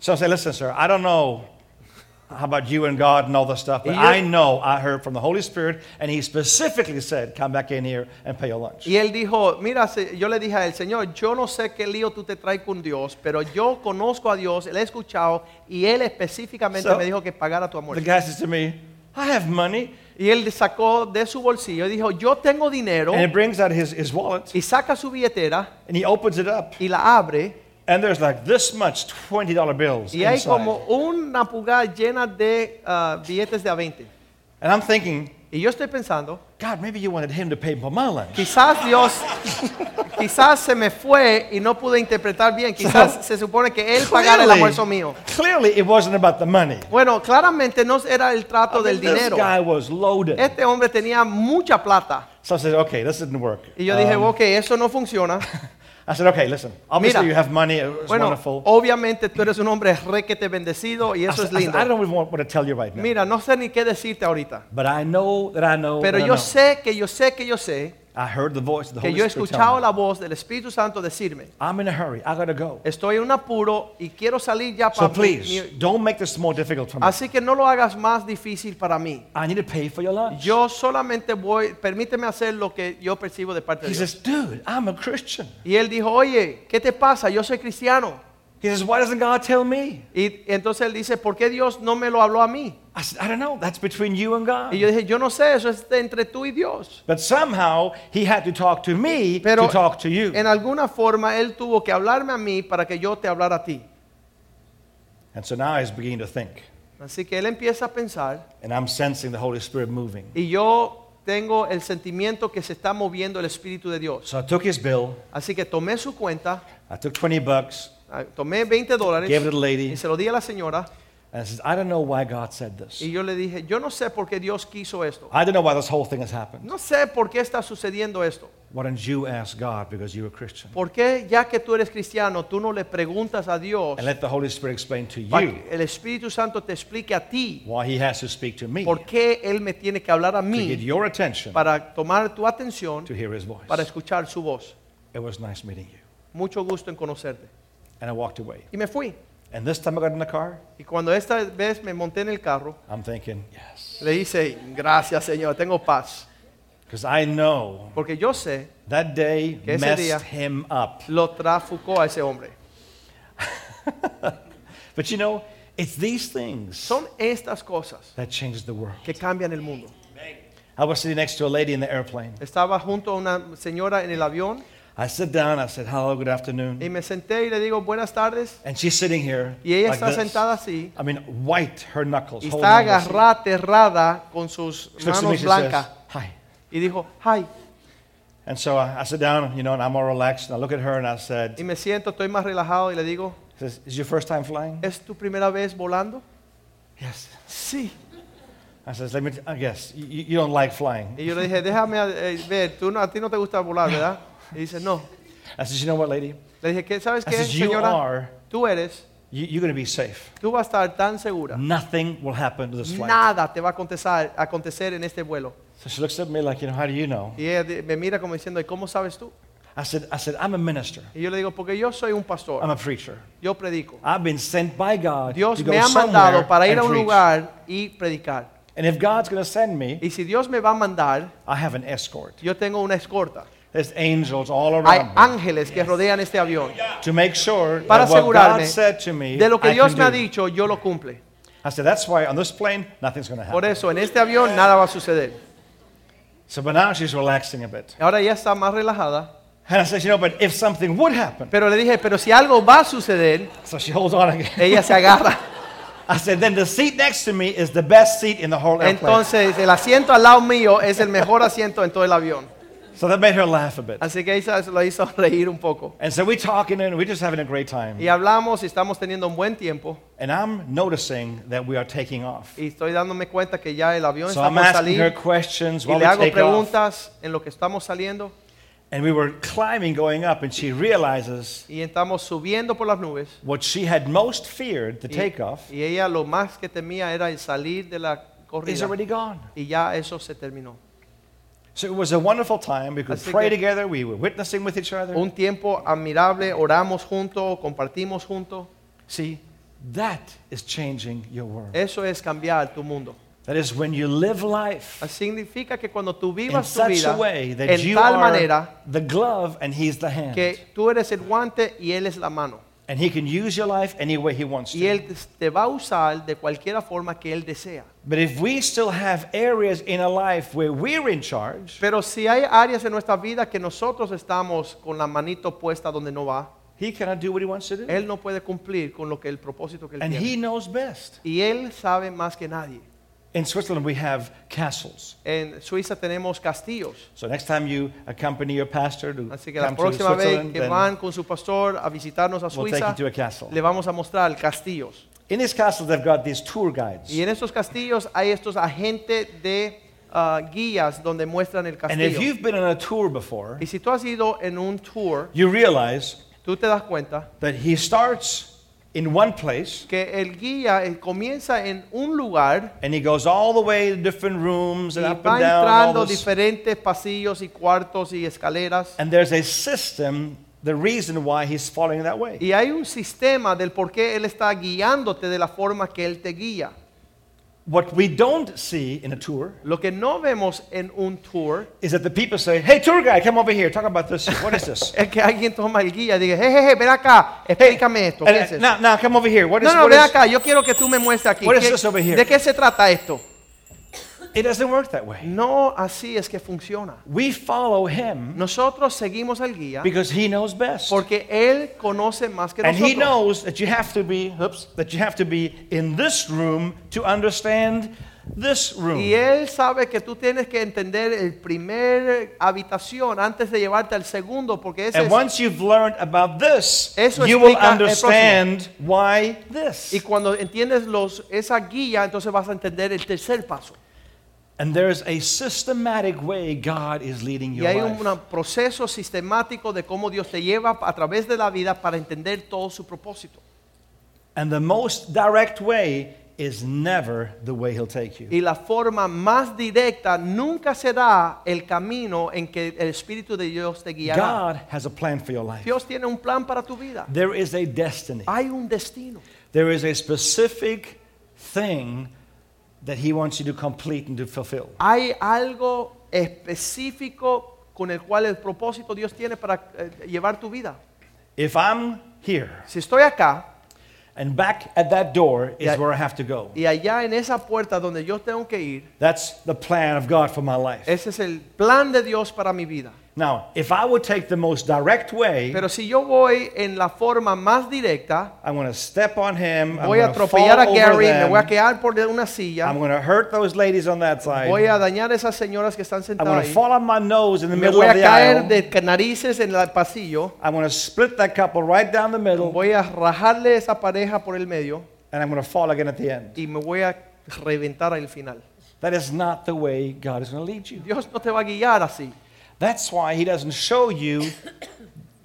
Speaker 2: So I say, listen, sir, I don't know how about you and God and all this stuff, but
Speaker 3: Y yo-
Speaker 2: I know I heard from the Holy Spirit, and He specifically said, come back in here and pay your lunch.
Speaker 3: Y él dijo, mira, se- yo le dije a él, Señor, yo no sé qué lío tú te traes con Dios, pero yo conozco a Dios, le he escuchado, y él específicamente
Speaker 2: So-
Speaker 3: me dijo que pagara tu amor.
Speaker 2: The guy says to me, I have money.
Speaker 3: Y él sacó de su bolsillo y dijo, yo tengo dinero,
Speaker 2: And he brings out his, his wallet
Speaker 3: y saca su billetera
Speaker 2: and he opens it up.
Speaker 3: y la abre,
Speaker 2: And there's like this much $20 bills.
Speaker 3: y hay
Speaker 2: inside.
Speaker 3: como una pulgada llena de ah, billetes de a 20.
Speaker 2: And I'm thinking,
Speaker 3: Y yo estoy pensando,
Speaker 2: God, maybe you wanted him to pay for my lunch.
Speaker 3: Quizás Dios, quizás se me fue y no pude interpretar bien. Quizás se supone que él pagara el almuerzo mío.
Speaker 2: clearly, it wasn't about the money.
Speaker 3: Bueno, claramente no era el trato
Speaker 2: I
Speaker 3: del
Speaker 2: mean, this
Speaker 3: dinero.
Speaker 2: guy was loaded.
Speaker 3: Este hombre tenía mucha plata.
Speaker 2: So I said, okay, this didn't work.
Speaker 3: Y yo dije,
Speaker 2: Um,
Speaker 3: ok, eso
Speaker 2: [LAUGHS]
Speaker 3: no funciona.
Speaker 2: I said, okay, listen. Obviously,
Speaker 3: Oh, Mira.
Speaker 2: you have money. It's
Speaker 3: Bueno,
Speaker 2: wonderful.
Speaker 3: obviamente tú eres un hombre requete bendecido y
Speaker 2: I,
Speaker 3: eso
Speaker 2: said,
Speaker 3: es
Speaker 2: I, said,
Speaker 3: lindo.
Speaker 2: I don't even want what to tell you right now.
Speaker 3: Mira, no sé ni qué decirte ahorita.
Speaker 2: But I know that I know.
Speaker 3: Pero
Speaker 2: that I,
Speaker 3: yo
Speaker 2: know.
Speaker 3: sé que yo sé que yo sé
Speaker 2: I heard the voice of the
Speaker 3: que
Speaker 2: Holy
Speaker 3: yo he
Speaker 2: Spirit. tell
Speaker 3: escuchado
Speaker 2: me,
Speaker 3: la voz del Espíritu Santo decirme,
Speaker 2: I'm in a hurry. I gotta go.
Speaker 3: estoy en un apuro y quiero salir ya
Speaker 2: So
Speaker 3: para mi-
Speaker 2: please,
Speaker 3: mi,
Speaker 2: don't make this more difficult for me.
Speaker 3: Así que no lo hagas más difícil para mí.
Speaker 2: I need to pay for your lunch.
Speaker 3: Yo solamente voy, permíteme hacer lo que yo percibo de parte de
Speaker 2: he
Speaker 3: Dios.
Speaker 2: says, dude, I'm a Christian.
Speaker 3: Y él dijo, oye, ¿qué te pasa? Yo soy cristiano.
Speaker 2: He says, why doesn't God tell me?
Speaker 3: Y entonces él dice, ¿por qué Dios no me lo habló a mí?
Speaker 2: I said, I don't know. That's between you and God.
Speaker 3: Y yo dije, yo no sé, eso es de entre tú y Dios.
Speaker 2: but somehow he had to talk to me
Speaker 3: Pero
Speaker 2: to talk to you.
Speaker 3: en alguna forma él tuvo que hablarme a mí para que yo te hablara a ti.
Speaker 2: and so now he's beginning to think.
Speaker 3: Así que él empieza a pensar
Speaker 2: And I'm sensing the Holy Spirit moving.
Speaker 3: y yo tengo el sentimiento que se está moviendo el Espíritu de Dios.
Speaker 2: So I took his bill.
Speaker 3: Así que tomé su cuenta,
Speaker 2: I took 20 bucks.
Speaker 3: ah, tomé 20 dólares
Speaker 2: Gave it to the lady.
Speaker 3: y se lo di a la señora.
Speaker 2: And I says, I don't know why God said this.
Speaker 3: Y yo le dije, yo no sé por qué Dios quiso esto.
Speaker 2: I don't know why this whole thing has happened.
Speaker 3: No sé por qué está sucediendo esto.
Speaker 2: Why don't you ask God because you're a Christian?
Speaker 3: ¿Por qué ya que tú eres cristiano, tú no le preguntas a Dios
Speaker 2: And let the Holy Spirit explain to
Speaker 3: para
Speaker 2: you
Speaker 3: que el Espíritu Santo te explique a ti
Speaker 2: why He has to speak to me
Speaker 3: por
Speaker 2: to
Speaker 3: qué Él me tiene que hablar a
Speaker 2: get
Speaker 3: mí
Speaker 2: your attention
Speaker 3: para tomar tu atención,
Speaker 2: to hear His voice.
Speaker 3: para escuchar su voz?
Speaker 2: It was nice meeting you.
Speaker 3: Mucho gusto en conocerte.
Speaker 2: And I walked away.
Speaker 3: Y me fui.
Speaker 2: And And this time I got in the car,
Speaker 3: Y cuando esta vez me monté en el carro,
Speaker 2: I'm thinking, yes.
Speaker 3: le hice, gracias Señor, tengo paz.
Speaker 2: Because I know
Speaker 3: Porque yo sé,
Speaker 2: that day
Speaker 3: Que ese
Speaker 2: messed
Speaker 3: día-
Speaker 2: him up.
Speaker 3: lo trafucó a ese hombre.
Speaker 2: But you know, it's these things
Speaker 3: Son estas cosas
Speaker 2: that change the world.
Speaker 3: que cambian el mundo.
Speaker 2: I was sitting next to a lady in the airplane.
Speaker 3: Estaba junto a una señora en el avión
Speaker 2: I sit down, I said, hello, good afternoon.
Speaker 3: y me senté y le digo buenas tardes.
Speaker 2: And she's sitting here.
Speaker 3: Y ella
Speaker 2: like
Speaker 3: está
Speaker 2: this.
Speaker 3: sentada así
Speaker 2: I mean, white, her knuckles.
Speaker 3: y
Speaker 2: holding
Speaker 3: está
Speaker 2: on the seat.
Speaker 3: agarrada, aterrada con sus
Speaker 2: She looks at me,
Speaker 3: manos
Speaker 2: she says,
Speaker 3: blancas.
Speaker 2: hi.
Speaker 3: Y dijo, hi.
Speaker 2: And so I, I sit down, you know, and I'm all relaxed. And I look at her and I said,
Speaker 3: Y me siento, estoy más relajado y le digo,
Speaker 2: says, is your first time flying?
Speaker 3: ¿es tu primera vez volando?
Speaker 2: Yes.
Speaker 3: Sí.
Speaker 2: I says, let me, t- I guess, you, you you don't like flying.
Speaker 3: Y yo le dije, déjame eh, ver, tú no, a ti no te gusta volar, ¿verdad? Y dice, no.
Speaker 2: I says, you know what, lady?
Speaker 3: Le dije, ¿qué, ¿sabes
Speaker 2: I
Speaker 3: qué,
Speaker 2: says, you
Speaker 3: señora?
Speaker 2: are,
Speaker 3: Tú eres,
Speaker 2: you, you're going to be safe.
Speaker 3: tú vas a estar tan segura.
Speaker 2: Nothing will happen to this flight.
Speaker 3: Nada te va a acontecer, acontecer en este vuelo.
Speaker 2: So she looks at me like, you know, how do you know?
Speaker 3: Y ella de- me mira como diciendo, ¿y cómo sabes tú?
Speaker 2: I said, I said, I'm a minister.
Speaker 3: Y yo le digo, porque yo soy un pastor,
Speaker 2: I'm a preacher.
Speaker 3: yo predico.
Speaker 2: I've been sent by God to
Speaker 3: Dios
Speaker 2: go
Speaker 3: me ha
Speaker 2: somewhere
Speaker 3: mandado para ir
Speaker 2: and
Speaker 3: a un
Speaker 2: preach.
Speaker 3: lugar y predicar.
Speaker 2: And if God's going to send me,
Speaker 3: Y si Dios me va a mandar,
Speaker 2: I have an escort.
Speaker 3: yo tengo una escorta.
Speaker 2: There's angels all
Speaker 3: Hay
Speaker 2: around me
Speaker 3: ángeles que rodean este avión.
Speaker 2: to make sure
Speaker 3: Para
Speaker 2: that what God
Speaker 3: asegurarme
Speaker 2: said to me,
Speaker 3: De lo que
Speaker 2: I
Speaker 3: Dios
Speaker 2: can
Speaker 3: me ha
Speaker 2: do.
Speaker 3: dicho, yo lo cumple.
Speaker 2: I said, that's why on this plane, nothing's going to
Speaker 3: Por
Speaker 2: happen.
Speaker 3: eso, en este avión nada va a suceder.
Speaker 2: So, but now she's relaxing a bit.
Speaker 3: Ahora ya está más relajada.
Speaker 2: And I said, you know, but if something would happen,
Speaker 3: Pero le dije, pero si algo va a suceder,
Speaker 2: so she holds on again.
Speaker 3: ella se agarra.
Speaker 2: I said, then the seat next to me is the best seat in the whole airplane.
Speaker 3: Entonces, el asiento al lado mío es el mejor asiento en todo el avión.
Speaker 2: so that made her laugh a bit.
Speaker 3: Así que eso eso lo hizo [LAUGHS] reír un poco.
Speaker 2: And so we're talking and we're just having a great time.
Speaker 3: Y hablamos y estamos teniendo un buen tiempo.
Speaker 2: And I'm noticing that we are taking off.
Speaker 3: Y estoy dándome cuenta que ya el avión
Speaker 2: So
Speaker 3: está
Speaker 2: I'm
Speaker 3: por
Speaker 2: asking her
Speaker 3: salir.
Speaker 2: questions
Speaker 3: Y
Speaker 2: while
Speaker 3: le
Speaker 2: we
Speaker 3: hago
Speaker 2: take off.
Speaker 3: preguntas en lo que estamos saliendo.
Speaker 2: And we were climbing going up, and she realizes
Speaker 3: Y estamos subiendo por las nubes.
Speaker 2: what she had most feared, the
Speaker 3: Y,
Speaker 2: takeoff,
Speaker 3: y ella lo más que temía era el salir de la
Speaker 2: is
Speaker 3: corrida.
Speaker 2: already gone.
Speaker 3: Y ya eso se terminó.
Speaker 2: So it was a wonderful time. We could
Speaker 3: Así
Speaker 2: pray
Speaker 3: que-
Speaker 2: together. We were witnessing with each other.
Speaker 3: Un tiempo admirable, oramos juntos, compartimos juntos.
Speaker 2: See, that is changing your world.
Speaker 3: Eso es cambiar tu mundo.
Speaker 2: That is when you live life
Speaker 3: Significa que cuando tú
Speaker 2: in
Speaker 3: vivas tu
Speaker 2: such a
Speaker 3: vida
Speaker 2: way that
Speaker 3: en
Speaker 2: you
Speaker 3: tal
Speaker 2: are
Speaker 3: manera
Speaker 2: the glove and he's the hand.
Speaker 3: que tú eres el guante y él es la mano.
Speaker 2: And he can use your life any way he wants
Speaker 3: Y
Speaker 2: to.
Speaker 3: él te va a usar de cualquier forma que él desea.
Speaker 2: But if we still have areas in our life where we're in charge,
Speaker 3: Pero si hay áreas en nuestra vida que nosotros estamos con la manito puesta donde no va,
Speaker 2: he cannot do what he wants to do.
Speaker 3: él no puede cumplir con lo que el propósito que él
Speaker 2: And
Speaker 3: tiene.
Speaker 2: he knows best.
Speaker 3: y él sabe más que nadie.
Speaker 2: In Switzerland, we have castles.
Speaker 3: En Suiza tenemos castillos.
Speaker 2: So next time you accompany your pastor to
Speaker 3: Así que la
Speaker 2: come to
Speaker 3: próxima vez
Speaker 2: Switzerland,
Speaker 3: que
Speaker 2: then
Speaker 3: van con su pastor a visitarnos a
Speaker 2: we'll take
Speaker 3: Suiza,
Speaker 2: you to a castle.
Speaker 3: le vamos a mostrar castillos.
Speaker 2: In these castles, they've got these tour guides.
Speaker 3: Y en estos castillos hay estos agentes de ah, guías donde muestran el
Speaker 2: And if
Speaker 3: castillo.
Speaker 2: you've been on a tour before,
Speaker 3: Y si tú has ido en un tour,
Speaker 2: you realize
Speaker 3: tú te das cuenta
Speaker 2: that he starts in one place
Speaker 3: que el guía eh, comienza en un lugar
Speaker 2: and he goes all the way to different rooms
Speaker 3: y
Speaker 2: and up
Speaker 3: va
Speaker 2: and down. all
Speaker 3: entrando
Speaker 2: this-
Speaker 3: diferentes pasillos y cuartos y escaleras.
Speaker 2: and there's a system, the reason why he's following that way.
Speaker 3: Y hay un sistema del por qué él está guiándote de la forma que él te guía.
Speaker 2: What we don't see in a tour
Speaker 3: Lo que no vemos en un tour
Speaker 2: is that the people say, Hey, tour guide, come over here, talk about this. What is this?
Speaker 3: es que alguien toma el guía y dice, hey, hey, [LAUGHS] hey, ven acá,
Speaker 2: Hey,
Speaker 3: explícame esto. ¿qué
Speaker 2: and-
Speaker 3: es eso?"
Speaker 2: now, now, come over here. What is,
Speaker 3: No, no,
Speaker 2: what
Speaker 3: ven
Speaker 2: is-
Speaker 3: acá, yo quiero que tú me muestres aquí.
Speaker 2: What is
Speaker 3: ¿Qué-
Speaker 2: this over here?
Speaker 3: ¿De qué se trata esto?
Speaker 2: It doesn't work that way.
Speaker 3: No, así es que funciona.
Speaker 2: We follow him
Speaker 3: Nosotros seguimos al guía
Speaker 2: because he knows best.
Speaker 3: porque él conoce más que
Speaker 2: And he
Speaker 3: nosotros.
Speaker 2: knows that you have to be oops, that you have to be in this room to understand this
Speaker 3: Y
Speaker 2: room.
Speaker 3: él sabe que tú tienes que entender el primer habitación antes de llevarte al segundo porque ese
Speaker 2: And
Speaker 3: es-
Speaker 2: once you've learned about this,
Speaker 3: Eso
Speaker 2: you will
Speaker 3: explica el
Speaker 2: understand why this.
Speaker 3: y cuando entiendes los esa guía, entonces vas a entender el tercer paso.
Speaker 2: And there's a systematic way God is leading
Speaker 3: Y
Speaker 2: your
Speaker 3: hay
Speaker 2: life.
Speaker 3: un proceso sistemático de cómo Dios te lleva a través de la vida para entender todo su propósito.
Speaker 2: And the most direct way is never the way he'll take you.
Speaker 3: Y la forma más directa nunca será el camino en que el Espíritu de Dios te guiará.
Speaker 2: God has a plan for your life.
Speaker 3: Dios tiene un plan para tu vida.
Speaker 2: There is a destiny.
Speaker 3: Hay un destino.
Speaker 2: There is a specific thing that He wants you to complete and to fulfill.
Speaker 3: Hay algo específico con el cual el propósito Dios tiene para eh, llevar tu vida.
Speaker 2: If I'm here
Speaker 3: Si estoy acá
Speaker 2: and back at that door is
Speaker 3: Yeah.
Speaker 2: where I have to go,
Speaker 3: y allá en esa puerta donde yo tengo que ir,
Speaker 2: that's the plan of God for my life.
Speaker 3: ese es el plan de Dios para mi vida.
Speaker 2: Now, if I would take the most direct way,
Speaker 3: Pero si yo voy en la forma más directa,
Speaker 2: I'm going to step on him. I'm
Speaker 3: voy a
Speaker 2: gonna fall
Speaker 3: atropellar a
Speaker 2: over
Speaker 3: Gary, me
Speaker 2: them,
Speaker 3: voy a quedar por de una silla,
Speaker 2: I'm going to hurt those ladies on that side.
Speaker 3: voy a dañar a esas señoras que están
Speaker 2: I'm going
Speaker 3: sentadas
Speaker 2: to
Speaker 3: ahí,
Speaker 2: fall on my nose in the
Speaker 3: me
Speaker 2: middle
Speaker 3: voy
Speaker 2: of
Speaker 3: a
Speaker 2: the
Speaker 3: caer
Speaker 2: aisle.
Speaker 3: de narices en el pasillo,
Speaker 2: I'm going to split that couple right down the middle,
Speaker 3: voy a rajarle esa pareja por el medio
Speaker 2: and I'm going to fall again at the end.
Speaker 3: y me voy a reventar al final.
Speaker 2: That is not the way God is going to lead you.
Speaker 3: Dios no te va a guiar así.
Speaker 2: That's why He doesn't show you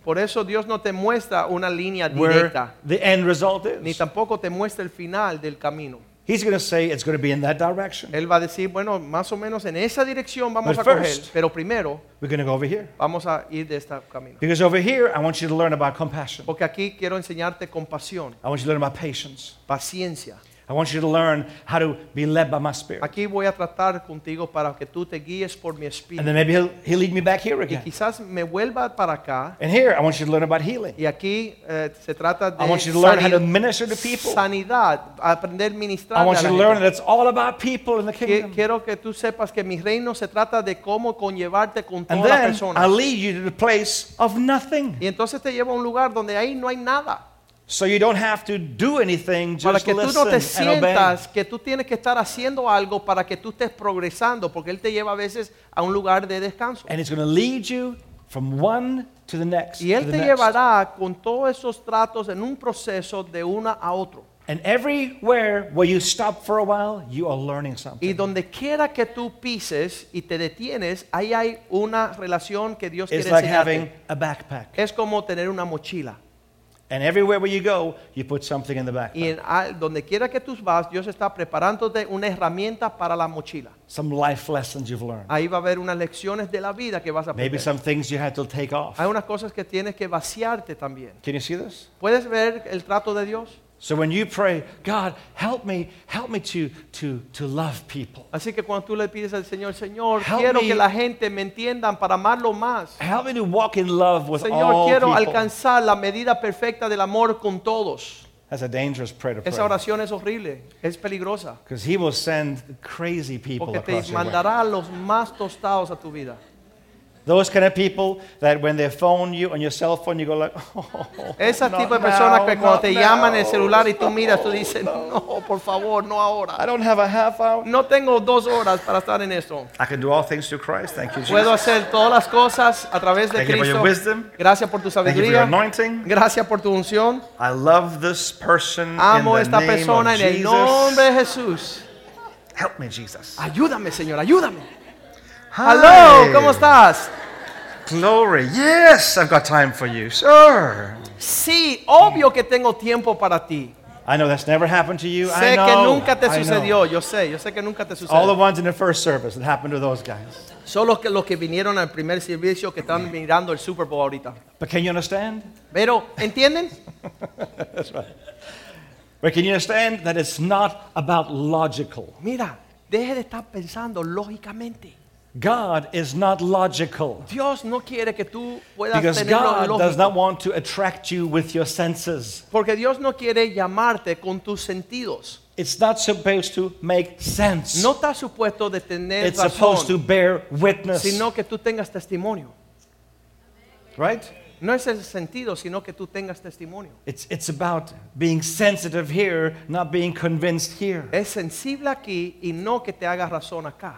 Speaker 3: Por eso Dios no te muestra una línea
Speaker 2: where
Speaker 3: directa,
Speaker 2: the end result
Speaker 3: ni
Speaker 2: is.
Speaker 3: tampoco te muestra el final del camino.
Speaker 2: He's going to say it's going to be in that direction.
Speaker 3: Él va a decir, bueno, más o menos en esa dirección vamos
Speaker 2: But
Speaker 3: a coger,
Speaker 2: first-
Speaker 3: pero primero
Speaker 2: We're going to go over here.
Speaker 3: vamos a ir de este camino.
Speaker 2: Because over here, I want you to learn about compassion.
Speaker 3: Porque aquí quiero enseñarte compasión,
Speaker 2: I want you to learn about patience.
Speaker 3: paciencia.
Speaker 2: I want you to learn how to be led by my spirit.
Speaker 3: Aquí voy a tratar contigo para que tú te guíes por mi
Speaker 2: And
Speaker 3: espíritu.
Speaker 2: then maybe He'll, he'll lead me back here
Speaker 3: Y
Speaker 2: again.
Speaker 3: quizás me vuelva para acá.
Speaker 2: And here, I want you to learn about healing.
Speaker 3: Y aquí eh, se trata de
Speaker 2: I want you to learn how to
Speaker 3: sanid-
Speaker 2: minister to people.
Speaker 3: sanidad, aprender a ministrar.
Speaker 2: I want
Speaker 3: a
Speaker 2: you to
Speaker 3: la gente.
Speaker 2: learn that it's all about people in the
Speaker 3: Que-
Speaker 2: kingdom.
Speaker 3: quiero que tú sepas que mi reino se trata de cómo conllevarte con
Speaker 2: And
Speaker 3: toda la
Speaker 2: then
Speaker 3: persona.
Speaker 2: I lead you to the place of nothing.
Speaker 3: Y entonces te lleva a un lugar donde ahí no hay nada.
Speaker 2: So you don't have to do anything,
Speaker 3: Para
Speaker 2: just
Speaker 3: que tú no
Speaker 2: listen
Speaker 3: te
Speaker 2: and obey.
Speaker 3: sientas que tú tienes que estar haciendo algo para que tú estés progresando, porque Él te lleva a veces a un lugar de descanso.
Speaker 2: And it's going to lead you from one to the next.
Speaker 3: Y Él
Speaker 2: to the
Speaker 3: te
Speaker 2: next.
Speaker 3: llevará con todos esos tratos en un proceso de una a otro.
Speaker 2: And everywhere where you stop for a while, you are learning
Speaker 3: Y
Speaker 2: something.
Speaker 3: donde quiera que tú pises y te detienes, ahí hay una relación que Dios
Speaker 2: It's
Speaker 3: quiere
Speaker 2: like
Speaker 3: enseñarte.
Speaker 2: having a backpack.
Speaker 3: Es como tener una mochila.
Speaker 2: And everywhere where you go, you put something in the
Speaker 3: Y
Speaker 2: backpack.
Speaker 3: en, al- donde quiera que tú vas, Dios está preparándote una herramienta para la mochila.
Speaker 2: Some life lessons you've learned.
Speaker 3: Ahí va a haber unas lecciones de la vida que vas a
Speaker 2: Maybe
Speaker 3: aprender.
Speaker 2: some things you had to take off.
Speaker 3: Hay unas cosas que tienes que vaciarte también.
Speaker 2: Can you see this?
Speaker 3: ¿Puedes ver el trato de Dios?
Speaker 2: So when you pray, God, help me, help me to, to, to love people.
Speaker 3: Así que cuando tú le pides al Señor, Señor,
Speaker 2: Help
Speaker 3: quiero
Speaker 2: me.
Speaker 3: que la gente me entiendan para amarlo más.
Speaker 2: Help me to walk in love with
Speaker 3: Señor,
Speaker 2: all
Speaker 3: quiero
Speaker 2: Oh, people.
Speaker 3: alcanzar la medida perfecta del amor con todos.
Speaker 2: That's a dangerous prayer to
Speaker 3: Esa
Speaker 2: pray.
Speaker 3: oración es horrible, es peligrosa,
Speaker 2: Because he will send crazy people
Speaker 3: porque te
Speaker 2: across your way.
Speaker 3: mandará los más tostados a tu vida.
Speaker 2: Those kind of people that when they phone you on your cell phone, you go like, [LAUGHS] oh,
Speaker 3: Ese
Speaker 2: not
Speaker 3: tipo de personas
Speaker 2: now,
Speaker 3: que cuando
Speaker 2: not
Speaker 3: te llaman en el
Speaker 2: now.
Speaker 3: celular y tú miras, tú dices, no, por favor, no
Speaker 2: I
Speaker 3: ahora.
Speaker 2: don't have a half hour.
Speaker 3: No tengo dos horas para estar en esto.
Speaker 2: I can do all things through Christ. Thank you, Jesus.
Speaker 3: Puedo hacer todas las cosas a través de
Speaker 2: Thank you for your
Speaker 3: Cristo.
Speaker 2: wisdom.
Speaker 3: Gracias por tu
Speaker 2: Thank you for your
Speaker 3: sabiduría.
Speaker 2: anointing.
Speaker 3: Gracias por tu unción.
Speaker 2: I love this person
Speaker 3: Amo
Speaker 2: in
Speaker 3: esta
Speaker 2: the name
Speaker 3: persona
Speaker 2: of
Speaker 3: en el
Speaker 2: Jesus.
Speaker 3: nombre de Jesús.
Speaker 2: Help me, Jesus.
Speaker 3: Ayúdame, Señor, ayúdame.
Speaker 2: Hi.
Speaker 3: Hello, ¿cómo estás?
Speaker 2: Glory. Yes, I've got time for you. Sure.
Speaker 3: Sí, obvio que tengo tiempo para ti.
Speaker 2: I know that's never happened to you. I
Speaker 3: Sé
Speaker 2: know.
Speaker 3: que nunca te
Speaker 2: I know.
Speaker 3: sucedió, yo sé, yo sé que nunca te
Speaker 2: All the
Speaker 3: sucedió.
Speaker 2: ones in the first service, it happened to those guys.
Speaker 3: Solo que los que vinieron al primer servicio que están mirando el Super Bowl ahorita.
Speaker 2: But can you understand?
Speaker 3: Pero, ¿entienden?
Speaker 2: But can you understand that it's not about logical?
Speaker 3: Mira, deje de estar pensando lógicamente.
Speaker 2: God is not logical.
Speaker 3: Dios no quiere que tú puedas
Speaker 2: Because
Speaker 3: tener
Speaker 2: God
Speaker 3: lo
Speaker 2: does
Speaker 3: lógico.
Speaker 2: not want to attract you with your senses.
Speaker 3: Porque Dios no quiere llamarte con tus sentidos.
Speaker 2: It's not supposed to make sense.
Speaker 3: No está supuesto de tener
Speaker 2: It's supposed to
Speaker 3: razón,
Speaker 2: bear witness.
Speaker 3: sino que tú tengas testimonio.
Speaker 2: Right?
Speaker 3: No es el sentido, sino que tú tengas testimonio.
Speaker 2: It's, it's about being sensitive here, not being convinced here.
Speaker 3: Es sensible aquí y no que te hagas razón acá.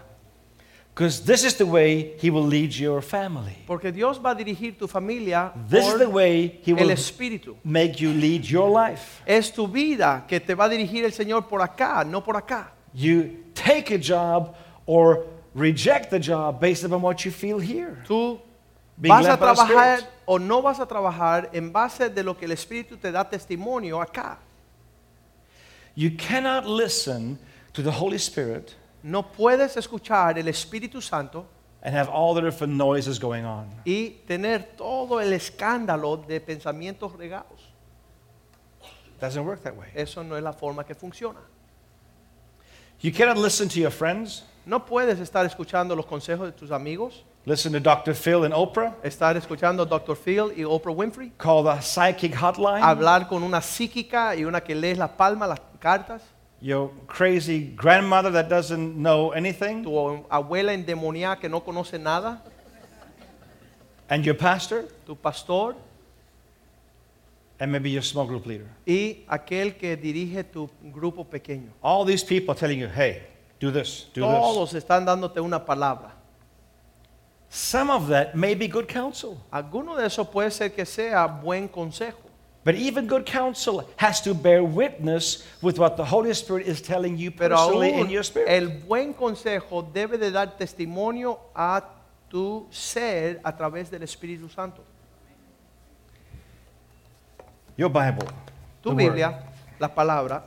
Speaker 2: Because this is the way He will lead your family.
Speaker 3: Porque Dios va a dirigir tu familia
Speaker 2: This is the
Speaker 3: por
Speaker 2: way He
Speaker 3: el
Speaker 2: will
Speaker 3: Espíritu.
Speaker 2: make you lead your life.
Speaker 3: Es tu vida que te va a dirigir el Señor por acá, no por acá.
Speaker 2: You take a job or reject the job based upon what you feel here.
Speaker 3: Tú
Speaker 2: Being
Speaker 3: vas a
Speaker 2: led by the
Speaker 3: trabajar
Speaker 2: Spirit.
Speaker 3: o no vas a trabajar en base de lo que el Espíritu te da testimonio acá.
Speaker 2: You cannot listen to the Holy Spirit
Speaker 3: No puedes escuchar el Espíritu Santo
Speaker 2: and have all the different noises going on.
Speaker 3: y tener todo el escándalo de pensamientos regados.
Speaker 2: Doesn't work that way.
Speaker 3: Eso no es la forma que funciona.
Speaker 2: You cannot listen to your friends,
Speaker 3: No puedes estar escuchando los consejos de tus amigos,
Speaker 2: listen to Dr. Phil and Oprah,
Speaker 3: estar escuchando Dr. Phil y Oprah Winfrey,
Speaker 2: call the psychic hotline.
Speaker 3: hablar con una psíquica y una que lees las palmas, las cartas,
Speaker 2: your crazy grandmother that doesn't know anything,
Speaker 3: tu abuela endemoniada que no conoce nada,
Speaker 2: and your pastor,
Speaker 3: tu pastor
Speaker 2: and maybe your small group leader.
Speaker 3: y aquel que dirige tu grupo pequeño.
Speaker 2: All these people are telling you, hey, do this, do this.
Speaker 3: Todos están dándote una palabra.
Speaker 2: Some of that may be good counsel,
Speaker 3: Alguno de esos puede ser que sea buen consejo,
Speaker 2: but even good counsel has to bear witness with what the Holy Spirit is telling you
Speaker 3: pero aún
Speaker 2: personally in your spirit.
Speaker 3: el buen consejo debe de dar testimonio a tu ser a través del Espíritu Santo.
Speaker 2: Your Bible,
Speaker 3: Tu
Speaker 2: the,
Speaker 3: Biblia,
Speaker 2: Word.
Speaker 3: la palabra,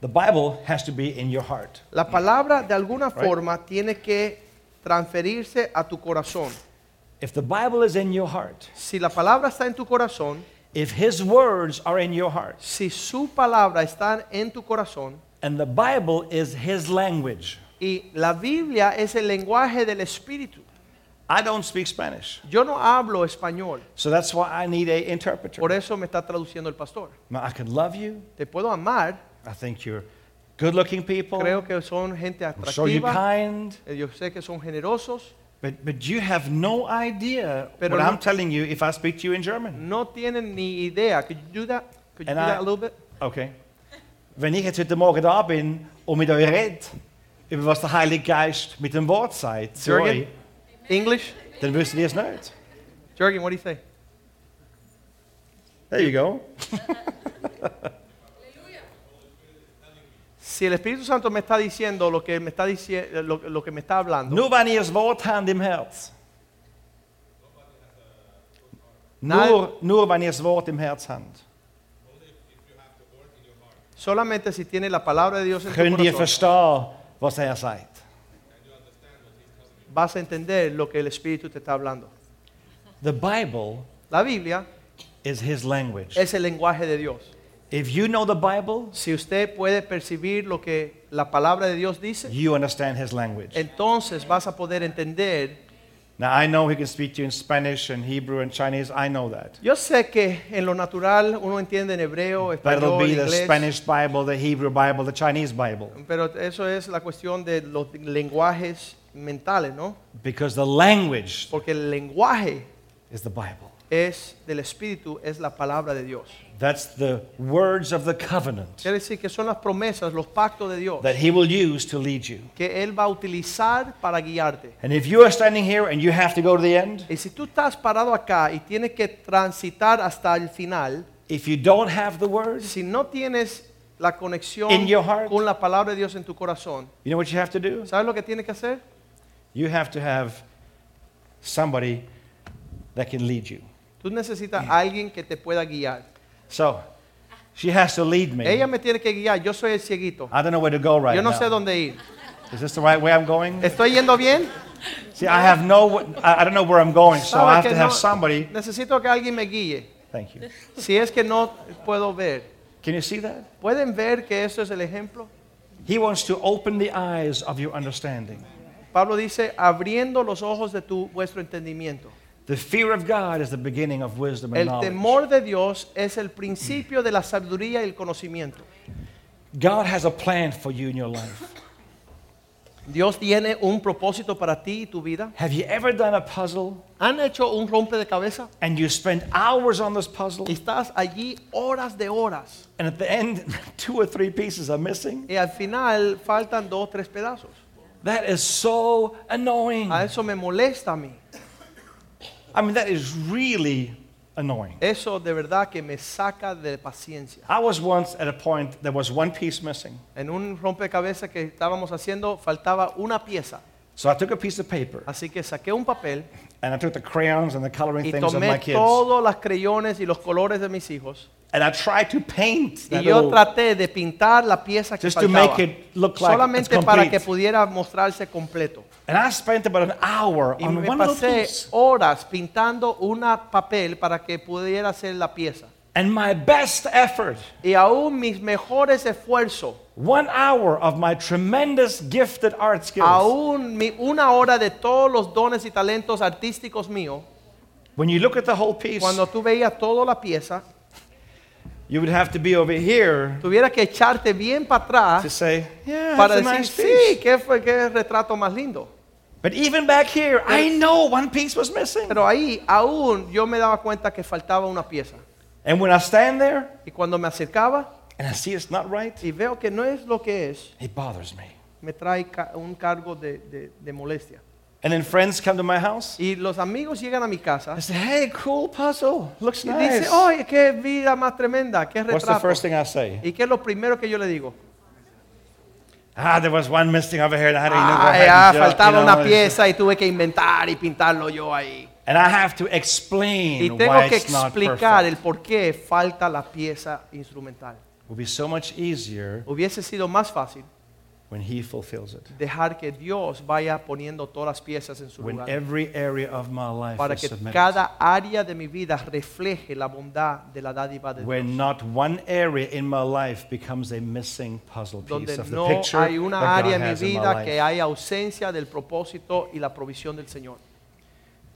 Speaker 2: the Bible has to be in your heart.
Speaker 3: la palabra de alguna
Speaker 2: Right.
Speaker 3: forma tiene que transferirse a tu corazón.
Speaker 2: If the Bible is in your heart,
Speaker 3: Si la palabra está en tu corazón,
Speaker 2: if His words are in your heart,
Speaker 3: si su palabra está en tu corazón
Speaker 2: and the Bible is His language,
Speaker 3: y la Biblia es el lenguaje del Espíritu.
Speaker 2: I don't speak Spanish.
Speaker 3: Yo no hablo español,
Speaker 2: So that's why I need a interpreter.
Speaker 3: por eso me está traduciendo el pastor.
Speaker 2: Now, I can love you.
Speaker 3: Te puedo amar,
Speaker 2: I think you're good-looking people.
Speaker 3: creo que son gente
Speaker 2: I'm sure you're
Speaker 3: atractiva,
Speaker 2: kind.
Speaker 3: eh, yo sé que son generosos,
Speaker 2: But, but you have no idea
Speaker 3: Pero
Speaker 2: what
Speaker 3: no-
Speaker 2: I'm telling you if I speak to you in German.
Speaker 3: no tienen ni idea. Could you do that? Could you
Speaker 2: And
Speaker 3: do that
Speaker 2: I-
Speaker 3: a little bit?
Speaker 2: Okay. Wenn ich jetzt heute Morgen da bin und mit euch rede, über was der Heilige Geist mit dem Wort sagt, zu
Speaker 3: Jürgen?
Speaker 2: euch,
Speaker 3: English?
Speaker 2: dann wisst ihr es nicht.
Speaker 3: Jürgen, what do you say?
Speaker 2: There you go.
Speaker 3: Si el Espíritu Santo me está diciendo lo que me está diciendo, lo, lo que me está hablando,
Speaker 2: Nur wenn ihr das Wort habt im Herz.
Speaker 3: Nein.
Speaker 2: Nur, nur wenn ihr das Wort im Herz habt.
Speaker 3: solamente si tiene la palabra de Dios en
Speaker 2: Könnt
Speaker 3: tu
Speaker 2: ihr
Speaker 3: corazón,
Speaker 2: verstehen, was er sagt?
Speaker 3: vas a entender lo que el Espíritu te está hablando.
Speaker 2: The Bible
Speaker 3: La Biblia
Speaker 2: is his language.
Speaker 3: es el lenguaje de Dios.
Speaker 2: If you know the Bible,
Speaker 3: Si usted puede percibir lo que la palabra de Dios dice,
Speaker 2: you understand his language.
Speaker 3: entonces vas a poder entender.
Speaker 2: Now, I know he can speak to you in Spanish and Hebrew and Chinese. I know that.
Speaker 3: Yo sé que en lo natural uno entiende en hebreo,
Speaker 2: That'll
Speaker 3: español,
Speaker 2: be the
Speaker 3: inglés,
Speaker 2: Spanish Bible, the Hebrew Bible, the Chinese Bible.
Speaker 3: pero eso es la cuestión de los lenguajes mentales, ¿no?
Speaker 2: Because the language
Speaker 3: Porque el lenguaje
Speaker 2: is the Bible.
Speaker 3: es del Espíritu, es la palabra de Dios.
Speaker 2: That's the words of the covenant
Speaker 3: Quiere decir que son las promesas, los pactos de Dios
Speaker 2: that he will use to lead you.
Speaker 3: que Él va a utilizar para guiarte.
Speaker 2: And if you are standing here and you have to go to the end,
Speaker 3: Y si tú estás parado acá y tienes que transitar hasta el final,
Speaker 2: if you don't have the words,
Speaker 3: si no tienes la conexión
Speaker 2: In your heart.
Speaker 3: con la palabra de Dios en tu corazón,
Speaker 2: you know what you have to do?
Speaker 3: ¿sabes lo que tienes que hacer?
Speaker 2: You have to have somebody that can lead you.
Speaker 3: Tú necesitas a alguien que te pueda guiar.
Speaker 2: So she has to lead
Speaker 3: Ella
Speaker 2: me.
Speaker 3: me tiene que guiar, yo soy el cieguito.
Speaker 2: I don't know where to go right
Speaker 3: Yo no
Speaker 2: now.
Speaker 3: sé dónde ir.
Speaker 2: Is this the right way I'm going?
Speaker 3: ¿Estoy yendo bien?
Speaker 2: See, I have no. I I don't know where I'm going, so I
Speaker 3: ¿Sabes
Speaker 2: have
Speaker 3: que
Speaker 2: to
Speaker 3: no?
Speaker 2: have somebody.
Speaker 3: Necesito que alguien me guíe.
Speaker 2: Thank
Speaker 3: [LAUGHS]
Speaker 2: you.
Speaker 3: Si es que no puedo ver.
Speaker 2: Can you see that?
Speaker 3: ¿Pueden ver que eso es el ejemplo?
Speaker 2: He wants to open the eyes of your understanding.
Speaker 3: Pablo dice, abriendo los ojos de tu, vuestro entendimiento.
Speaker 2: The fear of God is the beginning of wisdom and
Speaker 3: El
Speaker 2: knowledge.
Speaker 3: temor de Dios es el principio de la sabiduría y el conocimiento.
Speaker 2: God has a plan for you in your life.
Speaker 3: Dios tiene un propósito para ti y tu vida.
Speaker 2: Have you ever done a puzzle
Speaker 3: ¿Han hecho un rompe de cabeza?
Speaker 2: and you spend hours on this puzzle,
Speaker 3: Y Estás allí horas de horas
Speaker 2: and at the end, [LAUGHS] two or three pieces are missing?
Speaker 3: y al final faltan dos o tres pedazos.
Speaker 2: That is so annoying.
Speaker 3: A eso me molesta a mí.
Speaker 2: I mean, that is really annoying.
Speaker 3: Eso de verdad que me saca de paciencia.
Speaker 2: I was once at a point there was one piece missing.
Speaker 3: En un rompecabezas que estábamos haciendo faltaba una pieza.
Speaker 2: So I took a piece of paper
Speaker 3: Así que saqué un papel
Speaker 2: and I took the crayons and the coloring
Speaker 3: y
Speaker 2: things of my
Speaker 3: tomé
Speaker 2: kids
Speaker 3: todos los creyones y los colores de mis hijos.
Speaker 2: and I tried to paint
Speaker 3: Y
Speaker 2: that
Speaker 3: yo
Speaker 2: little-
Speaker 3: traté de pintar la pieza que
Speaker 2: just to make
Speaker 3: faltaba.
Speaker 2: it look like it's
Speaker 3: Solamente para que
Speaker 2: complete.
Speaker 3: pudiera mostrarse completo.
Speaker 2: And I spent about an hour
Speaker 3: Y
Speaker 2: on
Speaker 3: me
Speaker 2: one little
Speaker 3: pasé
Speaker 2: piece.
Speaker 3: horas pintando una papel para que pudiera hacer la pieza.
Speaker 2: And my best effort,
Speaker 3: Y aún mis mejores esfuerzos,
Speaker 2: one hour of my tremendous gifted art skills.
Speaker 3: aún mi- una hora de todos los dones y talentos artísticos míos,
Speaker 2: When you look at the whole piece,
Speaker 3: cuando tú veías toda la pieza,
Speaker 2: you would have to be over here
Speaker 3: tuvieras que echarte bien para atrás
Speaker 2: to say, yeah,
Speaker 3: para
Speaker 2: it's a
Speaker 3: decir,
Speaker 2: nice
Speaker 3: sí,
Speaker 2: piece.
Speaker 3: ¿qué, fue, qué retrato más lindo.
Speaker 2: But even back here, I know one piece was missing.
Speaker 3: Pero ahí aún yo me daba cuenta que faltaba una pieza.
Speaker 2: And when I stand there
Speaker 3: Y cuando me acercaba
Speaker 2: and I see it's not right,
Speaker 3: y veo que no es lo que es,
Speaker 2: it bothers me.
Speaker 3: me trae ca- un cargo de, de- de molestia.
Speaker 2: And then friends come to my house.
Speaker 3: Y los amigos llegan a mi casa
Speaker 2: I say, hey, cool puzzle. Looks
Speaker 3: y dicen,
Speaker 2: nice.
Speaker 3: oye, qué vida más tremenda, qué
Speaker 2: What's the
Speaker 3: retrato.
Speaker 2: first thing I say?
Speaker 3: ¿Y qué es lo primero que yo le digo?
Speaker 2: Ah, there was one missing over here. And I didn't know
Speaker 3: Ah,
Speaker 2: where
Speaker 3: ya,
Speaker 2: it is,
Speaker 3: faltaba
Speaker 2: you know,
Speaker 3: una
Speaker 2: it's-
Speaker 3: pieza y tuve que inventar y pintarlo yo ahí.
Speaker 2: And I have to
Speaker 3: Y
Speaker 2: explain why
Speaker 3: tengo que
Speaker 2: it's not
Speaker 3: explicar el
Speaker 2: perfect.
Speaker 3: por qué falta la pieza instrumental.
Speaker 2: It would be so much easier
Speaker 3: Hubiese sido más fácil
Speaker 2: when he fulfills it.
Speaker 3: dejar que Dios vaya poniendo todas las piezas en su
Speaker 2: When
Speaker 3: lugar
Speaker 2: every area of my life
Speaker 3: para
Speaker 2: is
Speaker 3: que
Speaker 2: submitted.
Speaker 3: cada área de mi vida refleje la bondad de la dádiva de Dios.
Speaker 2: When not one area in my life becomes a missing puzzle piece
Speaker 3: Donde
Speaker 2: of the
Speaker 3: no
Speaker 2: picture
Speaker 3: hay
Speaker 2: that
Speaker 3: una
Speaker 2: God
Speaker 3: área en mi
Speaker 2: has in my
Speaker 3: vida
Speaker 2: life.
Speaker 3: que hay ausencia del propósito y la provisión del Señor.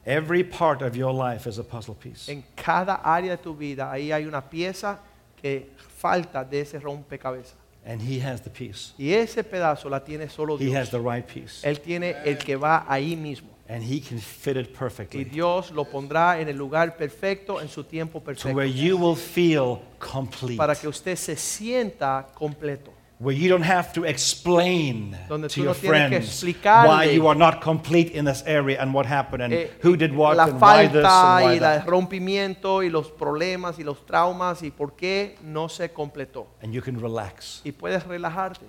Speaker 2: Every part of your life is a puzzle piece.
Speaker 3: En cada área de tu vida, ahí hay una pieza que falta de ese rompecabezas.
Speaker 2: And he has the piece.
Speaker 3: Y ese pedazo la tiene solo
Speaker 2: He has
Speaker 3: Oh, Dios.
Speaker 2: the right piece.
Speaker 3: Él tiene el que va ahí mismo.
Speaker 2: And he can fit it
Speaker 3: Y
Speaker 2: perfectly
Speaker 3: Dios lo pondrá en el lugar perfecto, en su tiempo
Speaker 2: to where
Speaker 3: perfecto,
Speaker 2: you will feel complete.
Speaker 3: para que usted se sienta completo.
Speaker 2: Where you don't have to explain
Speaker 3: Donde
Speaker 2: to
Speaker 3: tú
Speaker 2: your
Speaker 3: no tienes que
Speaker 2: friends
Speaker 3: explicarle
Speaker 2: why you are not complete in this area and what happened and
Speaker 3: Eh,
Speaker 2: who did what
Speaker 3: la
Speaker 2: and why this and
Speaker 3: falta
Speaker 2: why
Speaker 3: y el
Speaker 2: that.
Speaker 3: rompimiento y los problemas y los traumas y por qué no se completó.
Speaker 2: And you can relax.
Speaker 3: Y puedes relajarte.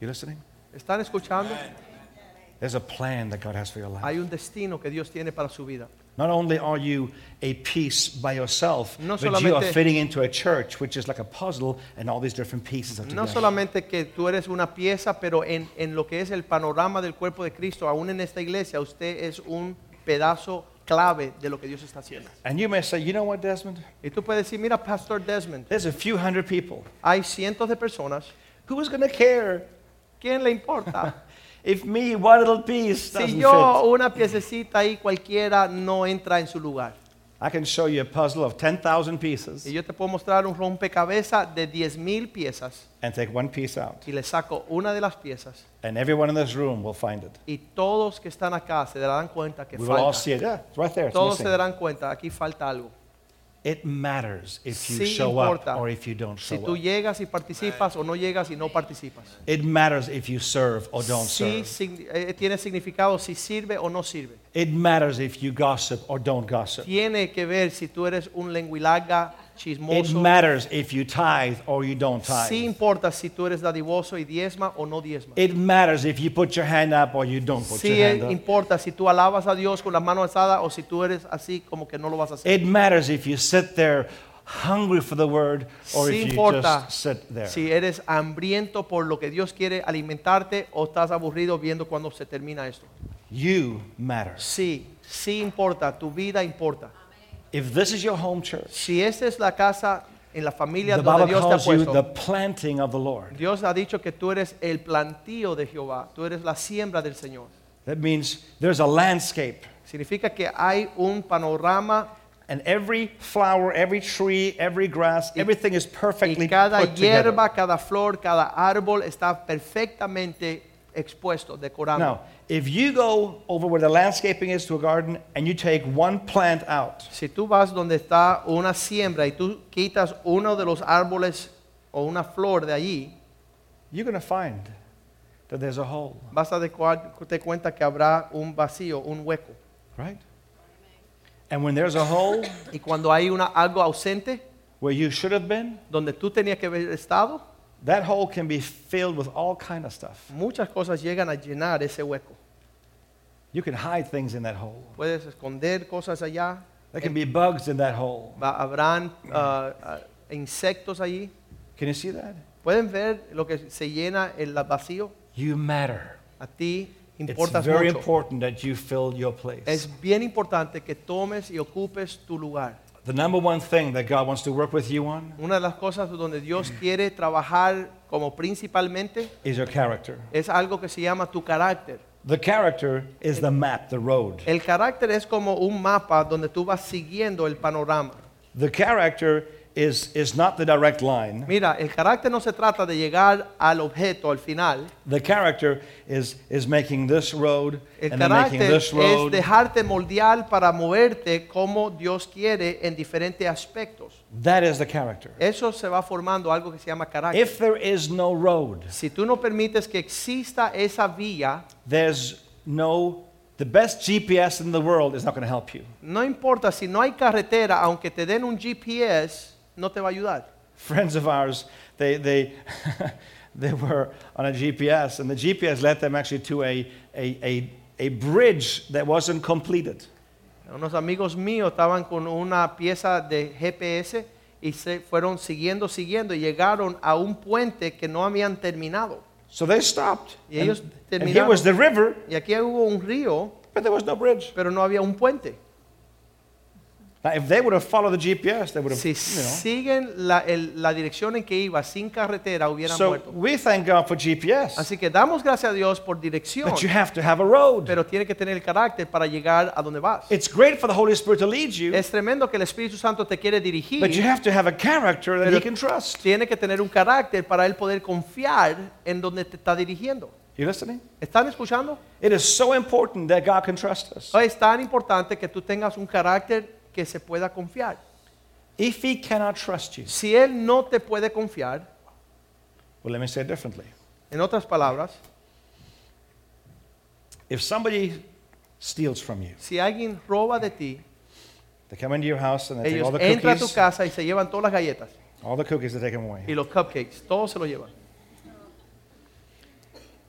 Speaker 2: You listening?
Speaker 3: ¿Están escuchando?
Speaker 2: There's a plan that God has for your life.
Speaker 3: Hay un destino que Dios tiene para su vida.
Speaker 2: Not only are you a piece by yourself,
Speaker 3: No
Speaker 2: but you are
Speaker 3: solamente-
Speaker 2: fitting into a church, which is like a puzzle, and all these different pieces are
Speaker 3: No
Speaker 2: together.
Speaker 3: solamente que tú eres una pieza, pero en, en lo que es el panorama del cuerpo de Cristo, aún en esta iglesia, usted es un pedazo clave de lo que Dios está haciendo.
Speaker 2: and you may say, you know what, Desmond?
Speaker 3: Y tú puedes decir, mira, Pastor Desmond,
Speaker 2: There's a few hundred people.
Speaker 3: hay cientos de personas.
Speaker 2: Who is going to care
Speaker 3: ¿Quién le importa?
Speaker 2: if me, one little piece,
Speaker 3: si
Speaker 2: doesn't
Speaker 3: yo
Speaker 2: fit?
Speaker 3: una piececita ahí cualquiera no entra en su lugar.
Speaker 2: I can show you a puzzle of 10,000
Speaker 3: Y
Speaker 2: pieces
Speaker 3: yo te puedo mostrar un rompecabezas de 10.000 piezas
Speaker 2: and take one piece out,
Speaker 3: y le saco una de las piezas
Speaker 2: and everyone in this room will find it.
Speaker 3: y todos que están acá se darán cuenta que
Speaker 2: We will all
Speaker 3: falta.
Speaker 2: see it. Yeah, it's right there. It's
Speaker 3: Todos se
Speaker 2: missing.
Speaker 3: darán cuenta, aquí falta algo.
Speaker 2: It matters if you
Speaker 3: Sí
Speaker 2: show
Speaker 3: importa
Speaker 2: up or if you don't show
Speaker 3: Si tú
Speaker 2: up.
Speaker 3: llegas y participas o no llegas y no participas.
Speaker 2: It matters if you serve or Oh, don't
Speaker 3: Sí
Speaker 2: serve.
Speaker 3: signi- eh, tiene significado si sirve o no sirve.
Speaker 2: It matters if you gossip or don't gossip.
Speaker 3: Tiene que ver si tú eres un lenguilaga
Speaker 2: It
Speaker 3: chismoso.
Speaker 2: matters if you tithe or you don't
Speaker 3: Sí
Speaker 2: tithe.
Speaker 3: importa si tú eres dadivoso y diezma o no diezma.
Speaker 2: It matters if you put your hand up or you don't put
Speaker 3: Sí
Speaker 2: your hand
Speaker 3: eh,
Speaker 2: up.
Speaker 3: importa si tú alabas a Dios con las manos alzadas o si tú eres así como que no lo vas a hacer.
Speaker 2: It matters if you sit there hungry for the word or
Speaker 3: Sí
Speaker 2: if you
Speaker 3: importa
Speaker 2: just sit there.
Speaker 3: si eres hambriento por lo que Dios quiere alimentarte o estás aburrido viendo cuando se termina esto.
Speaker 2: You matter.
Speaker 3: Sí, sí importa, tu vida importa.
Speaker 2: If this is your home church,
Speaker 3: Si esta es la casa en la familia
Speaker 2: the
Speaker 3: donde
Speaker 2: Bible
Speaker 3: Dios te ha
Speaker 2: calls you
Speaker 3: puesto,
Speaker 2: the planting of the Lord.
Speaker 3: Dios ha dicho que tú eres el plantío de Jehová, tú eres la siembra del Señor.
Speaker 2: That means there's a landscape,
Speaker 3: Significa que hay un panorama
Speaker 2: and every flower, every tree, every grass, everything is perfectly
Speaker 3: y cada
Speaker 2: put together.
Speaker 3: hierba, cada flor, cada árbol está perfectamente expuesto, decorado.
Speaker 2: Now, if you go over where the landscaping is to a garden and you take one plant out,
Speaker 3: Si tú vas donde está una siembra y tú quitas uno de los árboles o una flor de allí,
Speaker 2: you're going to find that there's a hole,
Speaker 3: vas a decorar- darte cuenta que habrá un vacío, un hueco.
Speaker 2: right? And when there's a hole
Speaker 3: Y cuando hay una, algo ausente,
Speaker 2: where you should have been,
Speaker 3: donde tú tenías que haber estado,
Speaker 2: that hole can be filled with all kind of stuff.
Speaker 3: muchas cosas llegan a llenar ese hueco.
Speaker 2: You can hide things in that hole.
Speaker 3: Puedes esconder cosas allá,
Speaker 2: There can be bugs in that hole.
Speaker 3: va- habrán ah, ah, insectos allí.
Speaker 2: Can you see that?
Speaker 3: ¿Pueden ver lo que se llena el vacío?
Speaker 2: You matter.
Speaker 3: A ti
Speaker 2: It's
Speaker 3: importas
Speaker 2: very
Speaker 3: mucho.
Speaker 2: important that you fill your place.
Speaker 3: Es bien importante que tomes y ocupes tu lugar.
Speaker 2: The number one thing that God wants to work with you on
Speaker 3: Una de las cosas donde Dios
Speaker 2: Mm.
Speaker 3: quiere trabajar como principalmente
Speaker 2: is your character.
Speaker 3: es algo que se llama tu carácter.
Speaker 2: The character is the map, the road.
Speaker 3: El carácter es como un mapa donde tú vas siguiendo el panorama.
Speaker 2: The character is, is not the direct line.
Speaker 3: Mira, el carácter no se trata de llegar al objeto, al final.
Speaker 2: The character is, is making this road
Speaker 3: El
Speaker 2: and then making
Speaker 3: carácter
Speaker 2: this
Speaker 3: es
Speaker 2: road.
Speaker 3: dejarte moldear para moverte como Dios quiere en diferentes aspectos.
Speaker 2: That is the character.
Speaker 3: Eso se va formando algo que se llama carácter.
Speaker 2: If there is no road,
Speaker 3: si tú no permites que exista esa vía,
Speaker 2: there's no, the best GPS in the world is not going to help you.
Speaker 3: no importa si no hay carretera, aunque te den un GPS, no te va a ayudar.
Speaker 2: Friends of ours, they, they, [LAUGHS] they were on a GPS, and the GPS led them actually to a, a, a, a bridge that wasn't completed.
Speaker 3: Unos amigos míos estaban con una pieza de GPS y se fueron siguiendo, siguiendo y llegaron a un puente que no habían terminado.
Speaker 2: So they stopped.
Speaker 3: Y ellos
Speaker 2: and here was
Speaker 3: terminaron.
Speaker 2: the river,
Speaker 3: Y aquí hubo un río,
Speaker 2: but there was no bridge.
Speaker 3: pero no había un puente.
Speaker 2: Now, if they would have followed the GPS, they would have,
Speaker 3: Si
Speaker 2: you know.
Speaker 3: siguen la, el- la dirección en que iba sin carretera, hubieran
Speaker 2: So
Speaker 3: muerto.
Speaker 2: we thank God for GPS.
Speaker 3: Así que damos gracias a Dios por dirección,
Speaker 2: But you have to have a road.
Speaker 3: pero tiene que tener el carácter para llegar a donde vas.
Speaker 2: It's great for the Holy Spirit to lead you,
Speaker 3: Es tremendo que el Espíritu Santo te quiere dirigir.
Speaker 2: but you have to have a character that
Speaker 3: Pero-
Speaker 2: He can trust.
Speaker 3: Tiene que tener un carácter para él poder confiar en donde te está dirigiendo.
Speaker 2: You listening?
Speaker 3: ¿Están escuchando?
Speaker 2: It is so important that God can trust us.
Speaker 3: Es tan importante que tú tengas un carácter que se pueda confiar.
Speaker 2: If He cannot trust you,
Speaker 3: Si él no te puede confiar,
Speaker 2: well, let me say it differently.
Speaker 3: en otras palabras,
Speaker 2: If somebody steals from you,
Speaker 3: si alguien roba de ti,
Speaker 2: they come into your house and they take
Speaker 3: ellos
Speaker 2: all the
Speaker 3: entran a tu
Speaker 2: cookies,
Speaker 3: casa y se llevan todas las galletas
Speaker 2: all the cookies, they take them away.
Speaker 3: y los cupcakes, todos se lo llevan.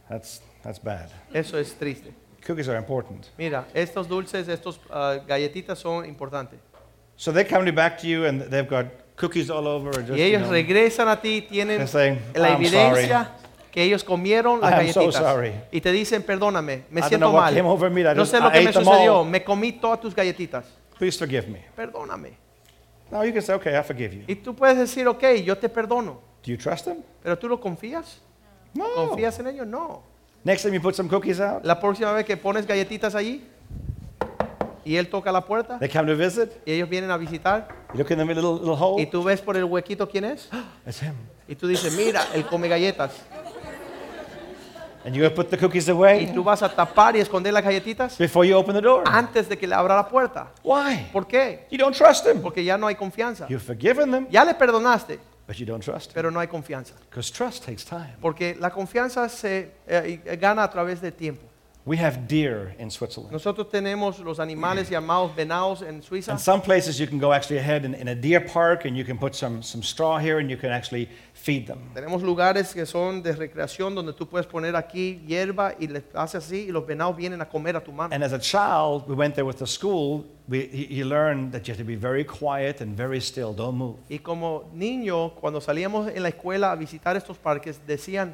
Speaker 2: That's, that's bad.
Speaker 3: Eso es triste.
Speaker 2: Cookies are important.
Speaker 3: Mira, estos dulces, estos ah, galletitas son importantes.
Speaker 2: So they come to back to you and they've got cookies all over. and Just,
Speaker 3: Y ellos
Speaker 2: you know,
Speaker 3: regresan a ti, tienen
Speaker 2: They're saying,
Speaker 3: la
Speaker 2: "I'm
Speaker 3: evidencia que ellos comieron las
Speaker 2: I'm so
Speaker 3: galletitas
Speaker 2: sorry.
Speaker 3: y te dicen, perdóname, me
Speaker 2: don't
Speaker 3: siento
Speaker 2: know what came over me, I
Speaker 3: mal, no
Speaker 2: just-
Speaker 3: sé lo
Speaker 2: I
Speaker 3: que me
Speaker 2: ate them
Speaker 3: sucedió,
Speaker 2: all."
Speaker 3: me comí todas tus galletitas,
Speaker 2: please forgive me.
Speaker 3: perdóname.
Speaker 2: Now you can say, okay, I forgive you.
Speaker 3: Y tú puedes decir, ok, yo te perdono,
Speaker 2: Do you trust them?
Speaker 3: pero tú lo confías,
Speaker 2: No.
Speaker 3: confías en ellos, no.
Speaker 2: Next time you put some cookies out,
Speaker 3: La próxima vez que pones galletitas allí y él toca la puerta
Speaker 2: they come to visit.
Speaker 3: y ellos vienen a visitar
Speaker 2: You look in the little, little hole.
Speaker 3: y tú ves por el huequito quién es
Speaker 2: It's him.
Speaker 3: y tú dices, mira, él come galletas.
Speaker 2: And you put the cookies
Speaker 3: Y
Speaker 2: away
Speaker 3: tú vas a tapar y esconder las galletitas
Speaker 2: before you open the door.
Speaker 3: antes de que le abra la puerta.
Speaker 2: Why?
Speaker 3: ¿Por qué?
Speaker 2: You don't trust him.
Speaker 3: Porque ya no hay confianza.
Speaker 2: You've forgiven them,
Speaker 3: Ya le perdonaste,
Speaker 2: but you don't trust him.
Speaker 3: pero no hay confianza.
Speaker 2: Because trust takes time.
Speaker 3: Porque la confianza se eh, eh, gana a través del tiempo.
Speaker 2: We have deer in Switzerland.
Speaker 3: Nosotros tenemos los animales llamados venados en Suiza.
Speaker 2: And some places you can go actually ahead in, in a deer park and you can put some, some straw here and you can actually feed them.
Speaker 3: Tenemos lugares que son de recreación donde tú puedes poner aquí hierba y le haces así y los venados vienen a comer a tu mano.
Speaker 2: And as a child, we went there with the school. We, he, he learned that you have to be very quiet and very still. Don't move.
Speaker 3: Y como niño, cuando salíamos en la escuela a visitar estos parques, decían,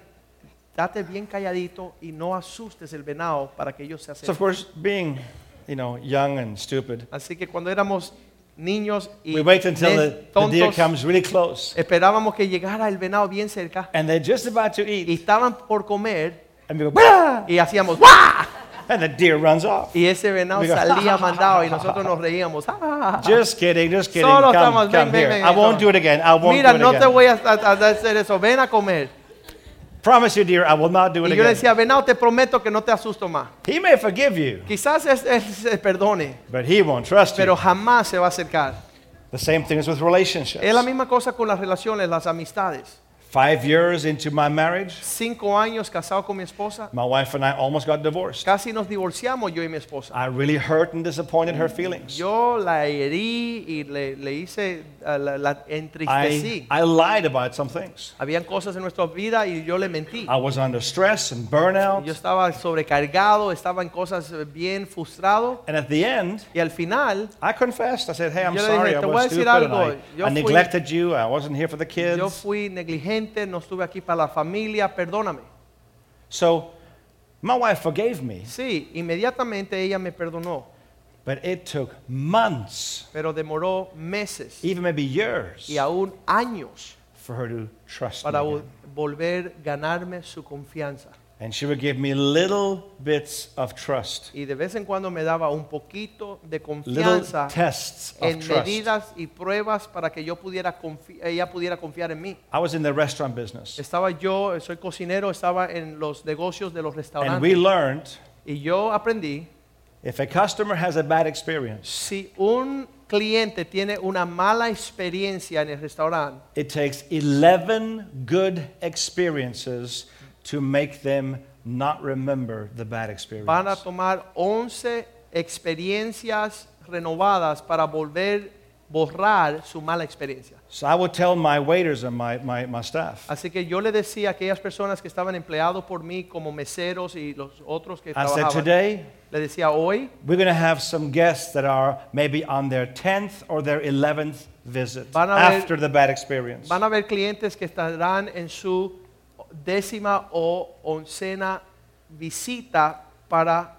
Speaker 3: date bien calladito y no asustes el venado para que ellos se
Speaker 2: So, of
Speaker 3: acerquen.
Speaker 2: course, being, you know, young and stupid,
Speaker 3: Así que cuando éramos niños y
Speaker 2: we wait until
Speaker 3: ne-
Speaker 2: the, the deer
Speaker 3: tontos,
Speaker 2: comes really close.
Speaker 3: esperábamos que llegara el venado bien cerca
Speaker 2: And they're just about to
Speaker 3: y
Speaker 2: eat.
Speaker 3: estaban por comer
Speaker 2: And we go, "Wah!"
Speaker 3: y hacíamos ¡guau!
Speaker 2: And the deer runs off.
Speaker 3: y ese venado
Speaker 2: Mira.
Speaker 3: salía mandado y nosotros nos reíamos. ¡Ah!
Speaker 2: Just kidding, just kidding.
Speaker 3: Solo
Speaker 2: Come,
Speaker 3: estamos,
Speaker 2: come
Speaker 3: ven, ven,
Speaker 2: here.
Speaker 3: ven,
Speaker 2: I won't
Speaker 3: toma.
Speaker 2: do it again. I won't
Speaker 3: Mira,
Speaker 2: do it
Speaker 3: no te
Speaker 2: again.
Speaker 3: voy a, a- a hacer eso, ven a comer.
Speaker 2: Promise you, dear, I will not do it
Speaker 3: Y yo le
Speaker 2: again.
Speaker 3: decía, venado, te prometo que no te asusto más.
Speaker 2: he may forgive you,
Speaker 3: Quizás es- él se perdone,
Speaker 2: but he won't trust
Speaker 3: pero
Speaker 2: you.
Speaker 3: jamás se va a acercar.
Speaker 2: The same thing is with relationships.
Speaker 3: Es la misma cosa con las relaciones, las amistades.
Speaker 2: Five years into my marriage,
Speaker 3: Cinco años casado con mi esposa,
Speaker 2: my wife and I almost got divorced.
Speaker 3: casi nos divorciamos yo y mi esposa.
Speaker 2: I really hurt and disappointed her feelings.
Speaker 3: Yo la herí y le, le hice, uh, la, la entristecí.
Speaker 2: I, I lied about some things.
Speaker 3: Habían cosas en nuestra vida y yo le mentí.
Speaker 2: I was under stress and burnout.
Speaker 3: Yo estaba sobrecargado, estaba en cosas eh, bien frustrado.
Speaker 2: And at the end,
Speaker 3: Y al final,
Speaker 2: I confessed. I said, "Hey, I'm
Speaker 3: Yo le dije,
Speaker 2: sorry. I
Speaker 3: "Te voy a
Speaker 2: was
Speaker 3: decir
Speaker 2: stupid. and
Speaker 3: algo.
Speaker 2: I,
Speaker 3: Yo
Speaker 2: I
Speaker 3: fui-
Speaker 2: neglected you. I wasn't here for the
Speaker 3: yo
Speaker 2: kids."
Speaker 3: fui negligente, no estuve aquí para la familia, perdóname.
Speaker 2: So, my wife forgave me,
Speaker 3: Sí, inmediatamente ella me perdonó.
Speaker 2: But it took months,
Speaker 3: pero demoró meses
Speaker 2: even maybe years,
Speaker 3: y aún años
Speaker 2: for her to trust me.
Speaker 3: para vo-
Speaker 2: again.
Speaker 3: volver a ganarme su confianza.
Speaker 2: And she would give me little bits of trust,
Speaker 3: Y de vez en cuando me daba un poquito de
Speaker 2: little
Speaker 3: confianza
Speaker 2: tests
Speaker 3: en
Speaker 2: of trust.
Speaker 3: medidas y pruebas para que yo pudiera confi- ella pudiera confiar en mí.
Speaker 2: I was in the restaurant business,
Speaker 3: Estaba yo, soy cocinero, estaba en los negocios de los
Speaker 2: and we
Speaker 3: restaurantes
Speaker 2: learned
Speaker 3: y yo aprendí
Speaker 2: if a customer has a bad experience,
Speaker 3: si un cliente tiene una mala experiencia en el restaurante,
Speaker 2: it takes 11 good experiences to make them not remember the bad
Speaker 3: van a
Speaker 2: experience.
Speaker 3: tomar 11 experiencias renovadas para volver borrar su mala experiencia.
Speaker 2: So I would tell my waiters and my, my, my staff,
Speaker 3: Así que yo le decía a aquellas personas que estaban empleados por mí como meseros y los otros que
Speaker 2: I said,
Speaker 3: trabajaban,
Speaker 2: today,
Speaker 3: le decía hoy
Speaker 2: We're going to have some guests that are maybe on their 10th or their 11th visit
Speaker 3: Van a ver-
Speaker 2: after the bad experience.
Speaker 3: van a haber clientes que estarán en su décima o oncena visita para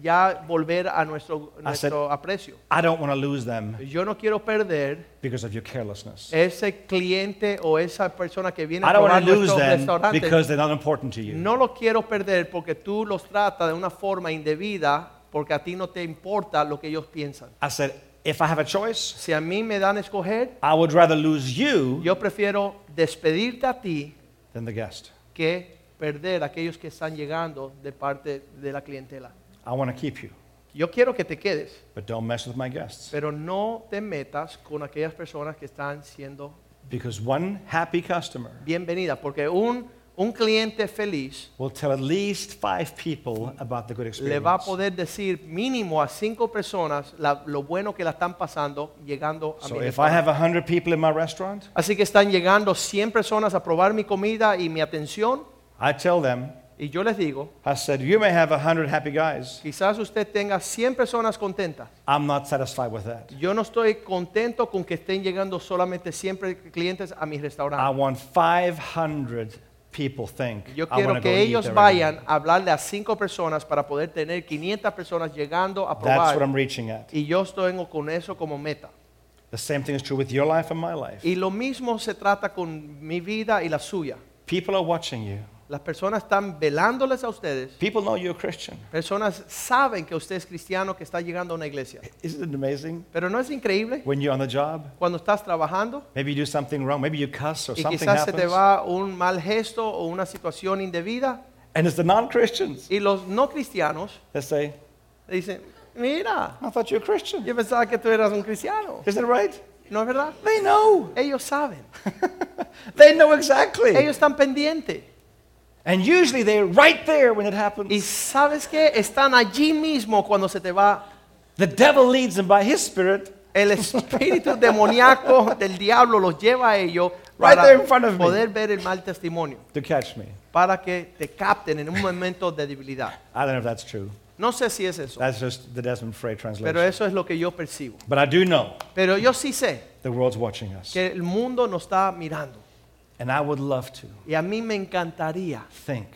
Speaker 3: ya volver a nuestro, nuestro aprecio.
Speaker 2: I don't want to lose them
Speaker 3: Yo no quiero perder
Speaker 2: because of your carelessness.
Speaker 3: ese cliente o esa persona Eh, que viene
Speaker 2: I
Speaker 3: a
Speaker 2: don't want
Speaker 3: probar
Speaker 2: to lose
Speaker 3: nuestro
Speaker 2: them
Speaker 3: restaurante.
Speaker 2: because they're not important to you.
Speaker 3: No lo quiero perder porque tú los tratas de una forma indebida porque a ti no te importa lo que ellos piensan.
Speaker 2: I said, if I have a choice,
Speaker 3: Si a mí me dan a escoger,
Speaker 2: I would rather lose you
Speaker 3: yo prefiero despedirte a ti
Speaker 2: than the guest.
Speaker 3: que perder a aquellos que están llegando de parte de la clientela.
Speaker 2: I want to keep you,
Speaker 3: Yo quiero que te quedes,
Speaker 2: but don't mess with my guests
Speaker 3: pero no te metas con aquellas personas que están siendo
Speaker 2: because one happy customer
Speaker 3: bienvenidas, porque un, un cliente feliz
Speaker 2: will tell at least five people about the good
Speaker 3: le va a
Speaker 2: experience.
Speaker 3: poder decir mínimo a cinco personas la- lo bueno que la están pasando llegando a
Speaker 2: So
Speaker 3: mi
Speaker 2: if I
Speaker 3: restaurante.
Speaker 2: have 100 people in my restaurant,
Speaker 3: Así que están llegando 100 personas a probar mi comida y mi atención
Speaker 2: I tell them,
Speaker 3: y yo les digo,
Speaker 2: I said, you may have 100 happy guys.
Speaker 3: quizás usted tenga 100 personas contentas.
Speaker 2: I'm not satisfied with that.
Speaker 3: Yo no estoy contento con que estén llegando solamente siempre clientes a mi
Speaker 2: I
Speaker 3: restaurante.
Speaker 2: want 500 people think
Speaker 3: Yo
Speaker 2: I want
Speaker 3: quiero
Speaker 2: to go
Speaker 3: que
Speaker 2: eat
Speaker 3: ellos
Speaker 2: there
Speaker 3: vayan
Speaker 2: again.
Speaker 3: a hablarle a cinco personas para poder tener 500 personas llegando a
Speaker 2: That's what I'm
Speaker 3: probar.
Speaker 2: reaching at.
Speaker 3: Y yo estoy con eso como meta.
Speaker 2: The same thing is true with your life and my life.
Speaker 3: Y lo mismo se trata con mi vida y la suya.
Speaker 2: People are watching you.
Speaker 3: Las personas están velándoles a ustedes.
Speaker 2: People know you're a Christian.
Speaker 3: Personas saben que usted es cristiano que está llegando a una iglesia.
Speaker 2: Isn't it amazing?
Speaker 3: Pero no es increíble
Speaker 2: When you're on the job,
Speaker 3: cuando estás trabajando
Speaker 2: maybe you do something wrong, maybe you cuss or
Speaker 3: y
Speaker 2: something
Speaker 3: quizás se te
Speaker 2: happens.
Speaker 3: va un mal gesto o una situación indebida
Speaker 2: And it's the non-Christians
Speaker 3: y los no cristianos
Speaker 2: that say,
Speaker 3: dicen, mira,
Speaker 2: I thought you were a Christian.
Speaker 3: yo pensaba que tú eras un cristiano.
Speaker 2: Is that right?
Speaker 3: ¿No es verdad?
Speaker 2: They know. [LAUGHS]
Speaker 3: Ellos saben,
Speaker 2: They know exactly.
Speaker 3: ellos están pendientes.
Speaker 2: And usually they're right there when it
Speaker 3: Y
Speaker 2: happens.
Speaker 3: sabes que están allí mismo cuando se te va
Speaker 2: The devil leads them by his spirit
Speaker 3: el espíritu demoníaco del diablo, los lleva a ellos para
Speaker 2: there in front of me.
Speaker 3: poder ver el mal testimonio,
Speaker 2: to catch me.
Speaker 3: para que te capten en un momento de debilidad.
Speaker 2: I don't know if that's true.
Speaker 3: No sé si es eso,
Speaker 2: That's just the Desmond Frey translation.
Speaker 3: pero eso es lo que yo percibo.
Speaker 2: But I do know
Speaker 3: Pero yo sí sé
Speaker 2: the world's watching us.
Speaker 3: que el mundo nos está mirando.
Speaker 2: And I would love to
Speaker 3: Y a mí me encantaría
Speaker 2: think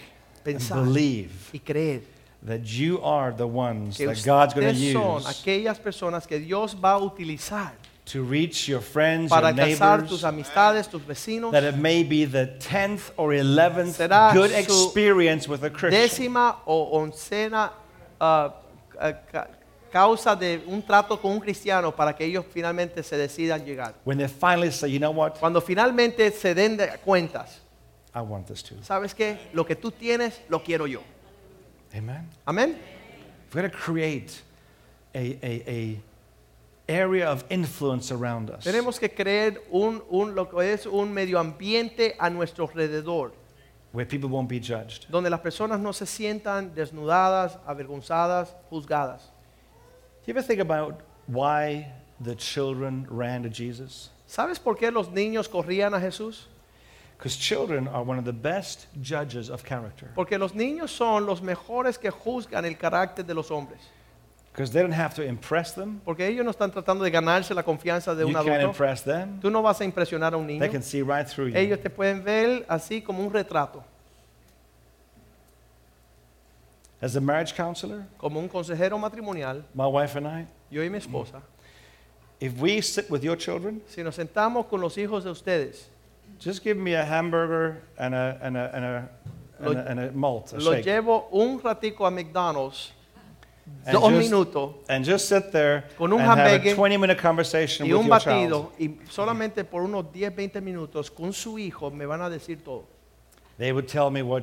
Speaker 2: and
Speaker 3: Pensar.
Speaker 2: believe
Speaker 3: y creer
Speaker 2: that you are the ones
Speaker 3: que
Speaker 2: that God's going to
Speaker 3: ustedes son
Speaker 2: use
Speaker 3: aquellas personas que Dios va a utilizar
Speaker 2: to reach your friends, your
Speaker 3: para alcanzar
Speaker 2: neighbors,
Speaker 3: tus amistades, tus vecinos.
Speaker 2: that it may be the 10th or 11th
Speaker 3: Será
Speaker 2: good
Speaker 3: su
Speaker 2: experience with a Christian.
Speaker 3: Décima o oncena ah, ca- ca- causa de un trato con un cristiano para que ellos finalmente se decidan llegar.
Speaker 2: When they finally say, you know what?
Speaker 3: Cuando finalmente se den de cuentas,
Speaker 2: I want this too.
Speaker 3: ¿sabes qué? Lo que tú tienes, lo quiero yo.
Speaker 2: Amen.
Speaker 3: Amén.
Speaker 2: We're going to create a, a, a area of influence around us.
Speaker 3: Tenemos que creer un, un- lo que es un medio ambiente a nuestro alrededor,
Speaker 2: where people won't be judged.
Speaker 3: donde las personas no se sientan desnudadas, avergonzadas, juzgadas.
Speaker 2: You ever think about why the children ran to Jesus?
Speaker 3: ¿Sabes por qué los niños corrían a Jesús?
Speaker 2: Because children are one of the best judges of character.
Speaker 3: Porque los niños son los mejores que juzgan el carácter de los hombres.
Speaker 2: Because they don't have to impress them.
Speaker 3: Porque ellos no están tratando de ganarse la confianza de
Speaker 2: You
Speaker 3: un
Speaker 2: can't
Speaker 3: adulto.
Speaker 2: impress them.
Speaker 3: Tú no vas a impresionar a un niño.
Speaker 2: They can see right through you.
Speaker 3: Ellos te pueden ver así como un retrato,
Speaker 2: As a marriage counselor,
Speaker 3: como un consejero matrimonial.
Speaker 2: my wife and I,
Speaker 3: yo y mi esposa,
Speaker 2: If we sit with your children,
Speaker 3: si nos sentamos con los hijos de ustedes,
Speaker 2: just give me a hamburger and a, and a, and a, and
Speaker 3: Lo-
Speaker 2: a, and a malt, a
Speaker 3: los
Speaker 2: shake.
Speaker 3: llevo un ratico a McDonald's,
Speaker 2: And
Speaker 3: dos
Speaker 2: just-
Speaker 3: minutos,
Speaker 2: And just sit there
Speaker 3: Con un
Speaker 2: and have a
Speaker 3: hamburger
Speaker 2: 20 minute conversation
Speaker 3: y
Speaker 2: with
Speaker 3: un
Speaker 2: your
Speaker 3: batido
Speaker 2: child.
Speaker 3: y solamente por unos 10, 20 minutos con su hijo me van a decir todo.
Speaker 2: They would tell me what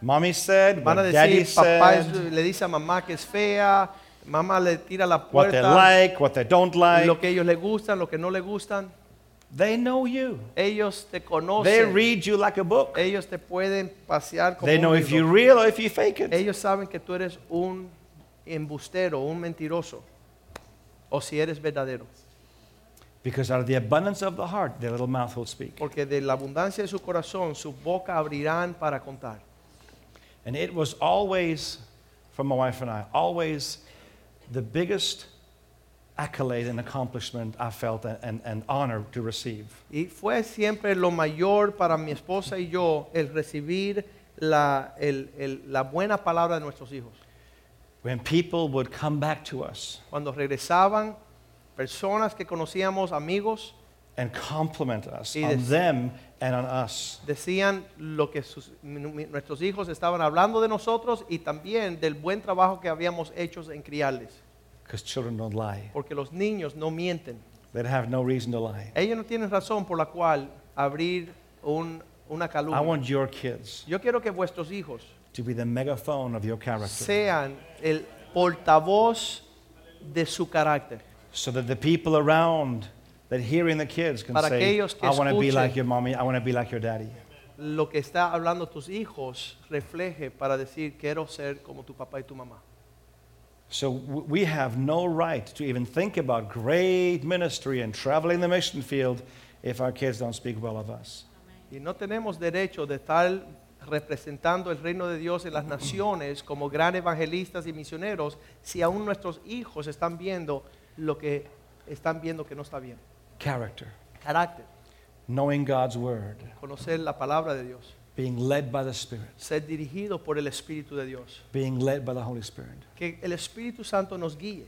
Speaker 2: mommy said, what
Speaker 3: Van a
Speaker 2: daddy
Speaker 3: decir, papá es-
Speaker 2: said,
Speaker 3: le dice a mamá que es fea, mamá le tira la
Speaker 2: what they
Speaker 3: puerta,
Speaker 2: like, what they don't
Speaker 3: lo
Speaker 2: like.
Speaker 3: que ellos les gustan, lo que no les gustan.
Speaker 2: They know you.
Speaker 3: Ellos
Speaker 2: They
Speaker 3: te conocen,
Speaker 2: read you like a book.
Speaker 3: ellos te pueden pasear como
Speaker 2: They
Speaker 3: un
Speaker 2: know if
Speaker 3: libro.
Speaker 2: you're real or if you fake it.
Speaker 3: Ellos saben que tú eres un embustero, un mentiroso, o si eres verdadero.
Speaker 2: Because out of the abundance of the heart, their little mouth will speak.
Speaker 3: Porque de la abundancia de su corazón, su boca abrirán para contar.
Speaker 2: And it was always, from my wife and I, always the biggest accolade and accomplishment I felt and, and, and honor to receive.
Speaker 3: Y fue siempre lo mayor para mi esposa y yo el recibir la, el- el- la buena palabra de nuestros hijos.
Speaker 2: When people would come back to us
Speaker 3: Cuando regresaban personas que conocíamos, amigos,
Speaker 2: and compliment us
Speaker 3: Y
Speaker 2: on
Speaker 3: des-
Speaker 2: them and on us.
Speaker 3: decían lo que sus- mi- mi- nuestros hijos estaban hablando de nosotros y también del buen trabajo que habíamos hecho en criarles.
Speaker 2: Because children don't lie,
Speaker 3: Porque los niños no mienten.
Speaker 2: they have no reason to lie.
Speaker 3: Ellos no tienen razón por la cual abrir un- una
Speaker 2: I
Speaker 3: calumnia.
Speaker 2: want your kids
Speaker 3: Yo quiero que vuestros hijos
Speaker 2: to be the megaphone of your character.
Speaker 3: sean el portavoz de su carácter.
Speaker 2: so that the people around that hearing the kids can
Speaker 3: Para
Speaker 2: say,
Speaker 3: aquellos que
Speaker 2: I want to be
Speaker 3: escuchen.
Speaker 2: like your mommy, I want to be like your daddy.
Speaker 3: Lo que está hablando tus hijos refleje para decir quiero ser como tu papá y tu mamá.
Speaker 2: So w- we have no right to even think about great ministry and traveling the mission field if our kids don't speak well of us.
Speaker 3: Y no tenemos derecho de estar representando el reino de Dios en las naciones como gran evangelistas y misioneros si aún nuestros hijos están viendo lo que están viendo que no está bien.
Speaker 2: Character,
Speaker 3: Carácter,
Speaker 2: knowing God's word,
Speaker 3: conocer la palabra de Dios,
Speaker 2: being led by the Spirit,
Speaker 3: ser dirigido por el Espíritu de Dios,
Speaker 2: being led by the Holy Spirit.
Speaker 3: que el Espíritu Santo nos guíe.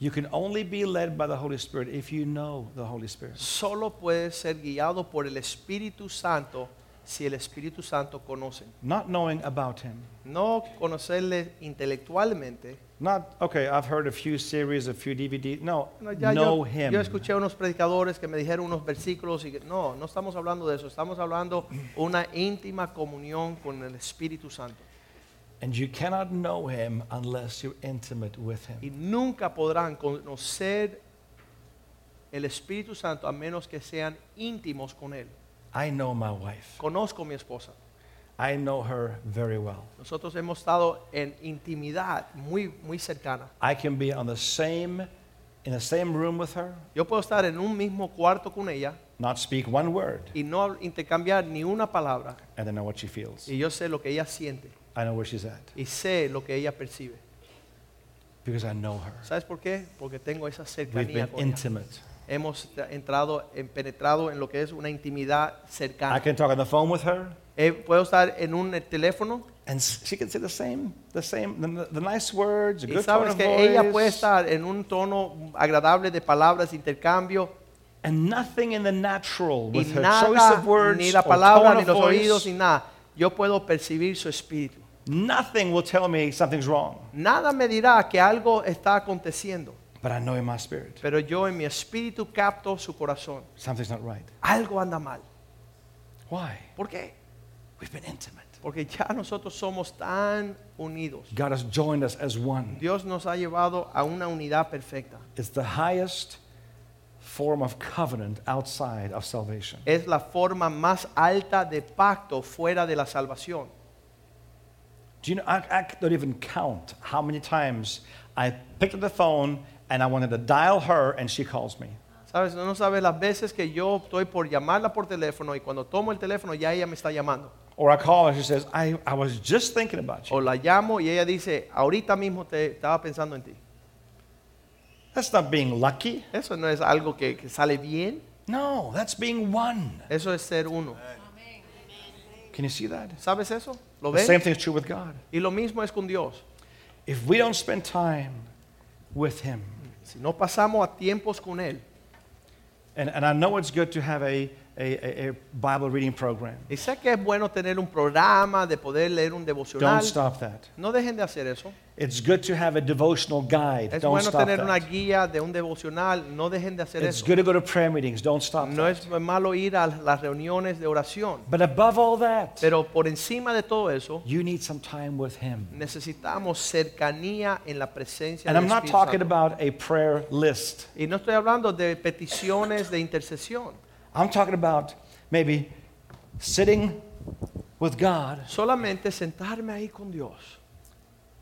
Speaker 2: You can only be led by the Holy Spirit if you know the Holy Spirit.
Speaker 3: Solo puedes ser guiado por el Espíritu Santo si el Espíritu Santo conocen.
Speaker 2: Not knowing about Him.
Speaker 3: No conocerle intelectualmente.
Speaker 2: Not, okay, I've heard a few series, a few DVDs. No,
Speaker 3: No, ya
Speaker 2: know
Speaker 3: yo,
Speaker 2: Him.
Speaker 3: yo escuché a unos predicadores que me dijeron unos versículos y que- no, no estamos hablando de eso, estamos hablando una íntima comunión con el Espíritu Santo.
Speaker 2: And you cannot know him unless you're intimate with
Speaker 3: Y
Speaker 2: him.
Speaker 3: nunca podrán conocer el Espíritu Santo a menos que sean íntimos con él.
Speaker 2: I know my wife.
Speaker 3: Conozco a mi esposa.
Speaker 2: I know her very well.
Speaker 3: Nosotros hemos estado en intimidad muy muy cercana.
Speaker 2: I can be on the same in the same room with her,
Speaker 3: Yo puedo estar en un mismo cuarto con ella
Speaker 2: not speak one word,
Speaker 3: y no hab- intercambiar ni una palabra.
Speaker 2: and I know what she feels.
Speaker 3: Y yo sé lo que ella siente
Speaker 2: I know where she's at
Speaker 3: y sé lo que ella percibe.
Speaker 2: because I know her.
Speaker 3: ¿Sabes por qué? Porque tengo esa
Speaker 2: We've been
Speaker 3: cercanía con ella.
Speaker 2: intimate.
Speaker 3: Hemos tra- entrado, en, penetrado en lo que es una intimidad
Speaker 2: I
Speaker 3: cercana.
Speaker 2: can talk on the phone with her,
Speaker 3: Eh, puedo estar en un eh, teléfono
Speaker 2: and s- she can say the same, the same, the, the nice words, a
Speaker 3: y
Speaker 2: good tone
Speaker 3: sabes
Speaker 2: of
Speaker 3: que ella puede
Speaker 2: voice,
Speaker 3: estar en un tono agradable de palabras, intercambio,
Speaker 2: and nothing in the natural
Speaker 3: y
Speaker 2: with her choice
Speaker 3: nada,
Speaker 2: of words
Speaker 3: ni la
Speaker 2: or
Speaker 3: palabra,
Speaker 2: tone
Speaker 3: ni
Speaker 2: of
Speaker 3: los
Speaker 2: voice,
Speaker 3: oídos, ni nada. Yo puedo percibir su espíritu.
Speaker 2: Nothing will tell me something's wrong.
Speaker 3: Nada me dirá que algo está aconteciendo,
Speaker 2: But I know in my spirit
Speaker 3: pero yo en mi espíritu capto su corazón.
Speaker 2: something's not right.
Speaker 3: Algo anda mal.
Speaker 2: Why?
Speaker 3: ¿Por qué?
Speaker 2: We've been intimate.
Speaker 3: Porque ya nosotros somos tan unidos.
Speaker 2: God has joined us as one.
Speaker 3: Dios nos ha llevado a una unidad perfecta.
Speaker 2: It's the highest form of covenant outside of salvation.
Speaker 3: Es la forma más alta de pacto fuera de la salvación.
Speaker 2: Do you know? I, I don't even count how many times I picked up the phone and I wanted to dial her and she calls me.
Speaker 3: ¿Sabes? No sabes las veces que yo estoy por llamarla por teléfono y cuando tomo el teléfono ya ella me está llamando.
Speaker 2: Or I call her and she says, I, I was just thinking about you.
Speaker 3: O la llamo y ella dice, ahorita mismo te estaba pensando en ti.
Speaker 2: That's not being lucky.
Speaker 3: Eso no es algo que, que sale bien,
Speaker 2: No, that's being one.
Speaker 3: eso es ser uno.
Speaker 2: Can you see that?
Speaker 3: ¿Sabes eso? ¿Lo
Speaker 2: The same
Speaker 3: ven?
Speaker 2: thing is true with God.
Speaker 3: Y lo mismo es con Dios.
Speaker 2: If we don't spend time with Him.
Speaker 3: Si no pasamos a tiempos con Él,
Speaker 2: And, and I know it's good to have a, a, a- a Bible reading program.
Speaker 3: y sé que es bueno tener un programa de poder leer un devocional,
Speaker 2: Don't stop that.
Speaker 3: no dejen de hacer eso.
Speaker 2: It's good to have a devotional guide.
Speaker 3: Es
Speaker 2: Don't
Speaker 3: bueno
Speaker 2: stop
Speaker 3: tener una
Speaker 2: that.
Speaker 3: guía de un devocional, no dejen de hacer
Speaker 2: It's
Speaker 3: eso.
Speaker 2: good to go to prayer meetings. Don't stop
Speaker 3: No
Speaker 2: that.
Speaker 3: es malo ir a las reuniones de oración,
Speaker 2: But above all that,
Speaker 3: pero por encima de todo eso,
Speaker 2: you need some time with
Speaker 3: Mm.
Speaker 2: Him.
Speaker 3: necesitamos cercanía en la presencia
Speaker 2: And
Speaker 3: del
Speaker 2: I'm not
Speaker 3: Espíritu
Speaker 2: talking
Speaker 3: Santo.
Speaker 2: about a prayer list.
Speaker 3: Y no estoy hablando de peticiones de intercesión,
Speaker 2: I'm talking about maybe sitting with God
Speaker 3: solamente sentarme ahí con Dios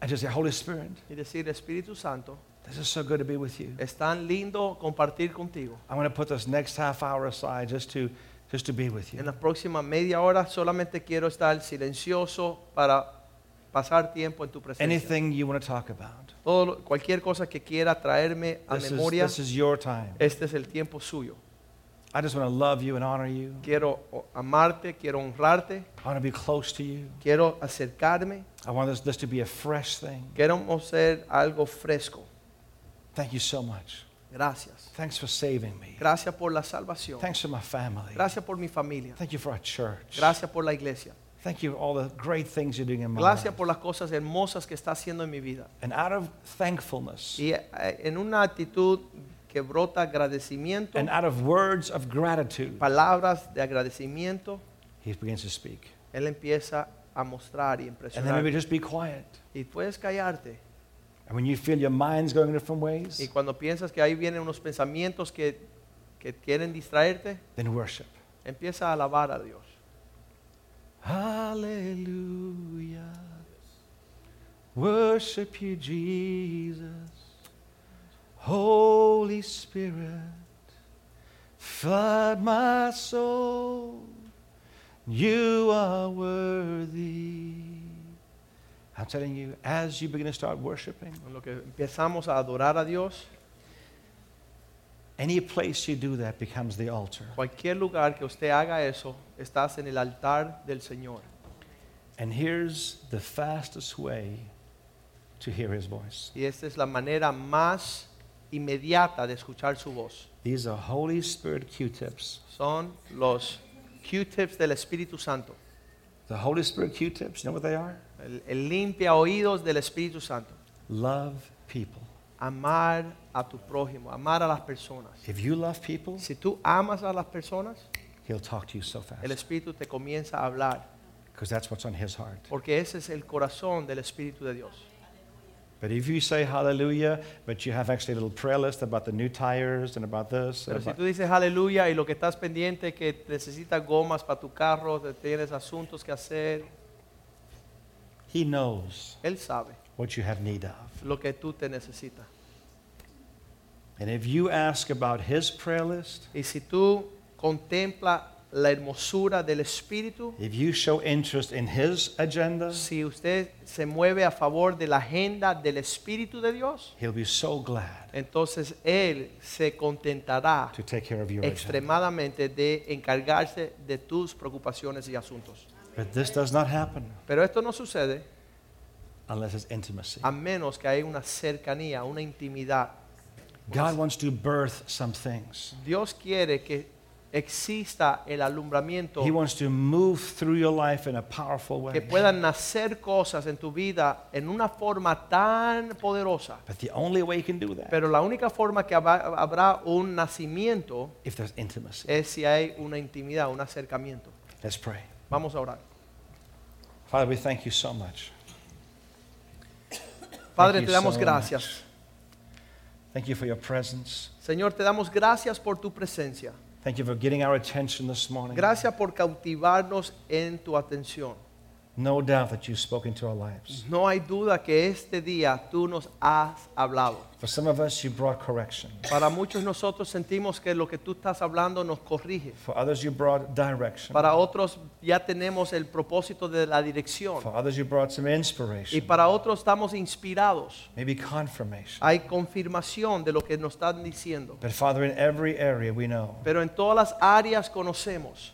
Speaker 2: and just say, Holy Spirit,
Speaker 3: y decir, Espíritu Santo,
Speaker 2: this is so good to be with you.
Speaker 3: es tan lindo compartir contigo.
Speaker 2: I'm going to put this next half hour aside just to, just to be with
Speaker 3: En
Speaker 2: you.
Speaker 3: la próxima media hora solamente quiero estar silencioso para pasar tiempo en tu presencia.
Speaker 2: Anything you want to talk about.
Speaker 3: Todo lo- cualquier cosa que quiera traerme a
Speaker 2: This is,
Speaker 3: memoria,
Speaker 2: this is your time.
Speaker 3: este es el tiempo suyo.
Speaker 2: I just want to love you and honor you.
Speaker 3: Quiero o- amarte, quiero honrarte,
Speaker 2: I want to be close to you.
Speaker 3: quiero acercarme,
Speaker 2: I want this, this to be a fresh thing.
Speaker 3: quiero ser algo fresco.
Speaker 2: Thank you so much.
Speaker 3: Gracias.
Speaker 2: Thanks for saving me.
Speaker 3: Gracias por la salvación.
Speaker 2: Thanks for my family.
Speaker 3: Gracias por mi familia.
Speaker 2: Thank you for our church.
Speaker 3: Gracias por la iglesia.
Speaker 2: Thank you for all the great things you're doing in my
Speaker 3: Gracias
Speaker 2: life.
Speaker 3: por las cosas hermosas que está haciendo en mi vida.
Speaker 2: And out of thankfulness
Speaker 3: Y eh, en una actitud que brota agradecimiento,
Speaker 2: and out of words of gratitude,
Speaker 3: palabras de agradecimiento,
Speaker 2: he begins to speak.
Speaker 3: Él empieza a mostrar y
Speaker 2: And then maybe
Speaker 3: impresionar.
Speaker 2: just be quiet.
Speaker 3: Y puedes callarte.
Speaker 2: And when you feel your mind's going different
Speaker 3: Y
Speaker 2: ways,
Speaker 3: cuando piensas que ahí vienen unos pensamientos que, que quieren distraerte,
Speaker 2: then worship.
Speaker 3: empieza a alabar a Dios.
Speaker 2: Hallelujah. Worship you, Jesus. Holy Spirit, flood my soul. You are worthy. I'm telling you, as you begin to start worshiping,
Speaker 3: En lo que empezamos a adorar a Dios,
Speaker 2: any place you do that becomes the altar.
Speaker 3: cualquier lugar que usted haga eso, estás en el altar del Señor.
Speaker 2: And here's the fastest way to hear his voice.
Speaker 3: Y esta es la manera más inmediata de escuchar su voz.
Speaker 2: These are Holy Spirit Q-tips.
Speaker 3: Son los Q-tips del Espíritu Santo.
Speaker 2: The Holy Spirit Q-tips, you know what they are?
Speaker 3: El, el limpia oídos del Espíritu Santo.
Speaker 2: Love people.
Speaker 3: Amar a tu prójimo, amar a las personas.
Speaker 2: If you love people,
Speaker 3: Si tú amas a las personas,
Speaker 2: he'll talk to you so
Speaker 3: el
Speaker 2: fast
Speaker 3: Espíritu te comienza a hablar,
Speaker 2: because that's what's on his heart.
Speaker 3: porque ese es el corazón del Espíritu de Dios.
Speaker 2: But if you say hallelujah, but you have actually a little prayer list about the new tires and about this, and
Speaker 3: Pero si
Speaker 2: about-
Speaker 3: tú dices aleluya y lo que estás pendiente que necesitas gomas para tu carro, te- tienes asuntos que hacer,
Speaker 2: he knows
Speaker 3: Él sabe
Speaker 2: what you have need of.
Speaker 3: lo que tú te necesitas.
Speaker 2: And if you ask about his prayer list,
Speaker 3: Y si tú contempla la hermosura del Espíritu,
Speaker 2: if you show interest in his agenda,
Speaker 3: si usted se mueve a favor de la agenda del Espíritu de Dios,
Speaker 2: he'll be so glad
Speaker 3: entonces Él se contentará
Speaker 2: to take care of your agenda.
Speaker 3: extremadamente de encargarse de tus preocupaciones y asuntos.
Speaker 2: But this does not happen
Speaker 3: Pero esto no sucede
Speaker 2: unless it's intimacy.
Speaker 3: a menos que haya una cercanía, una intimidad.
Speaker 2: God wants to birth some things.
Speaker 3: Dios quiere que exista el alumbramiento,
Speaker 2: He wants to move through your life in a powerful way.
Speaker 3: que puedan nacer cosas en tu vida en una forma tan poderosa.
Speaker 2: But the only way you can do that
Speaker 3: Pero la única forma que haba- habrá un nacimiento
Speaker 2: if there's intimacy.
Speaker 3: es si hay una intimidad, un acercamiento.
Speaker 2: Let's pray.
Speaker 3: Vamos a orar.
Speaker 2: Father, we thank you so much.
Speaker 3: Padre,
Speaker 2: you
Speaker 3: te damos
Speaker 2: so
Speaker 3: gracias.
Speaker 2: Thank you for your presence.
Speaker 3: Señor, te damos gracias por tu presencia.
Speaker 2: Thank you for getting our attention this morning.
Speaker 3: Gracias por cautivarnos en tu atención.
Speaker 2: No doubt that you've spoken to our lives.
Speaker 3: No hay duda que este día tú nos has hablado.
Speaker 2: For some of us, you brought correction.
Speaker 3: Para muchos nosotros sentimos que lo que tú estás hablando nos corrige.
Speaker 2: For others, you brought direction.
Speaker 3: Para otros ya tenemos el propósito de la dirección.
Speaker 2: For others, you brought some
Speaker 3: Y
Speaker 2: inspiration,
Speaker 3: para otros estamos inspirados.
Speaker 2: maybe confirmation.
Speaker 3: Hay confirmación de lo que nos están diciendo.
Speaker 2: But Father, in every area, we know
Speaker 3: Pero en todas las áreas conocemos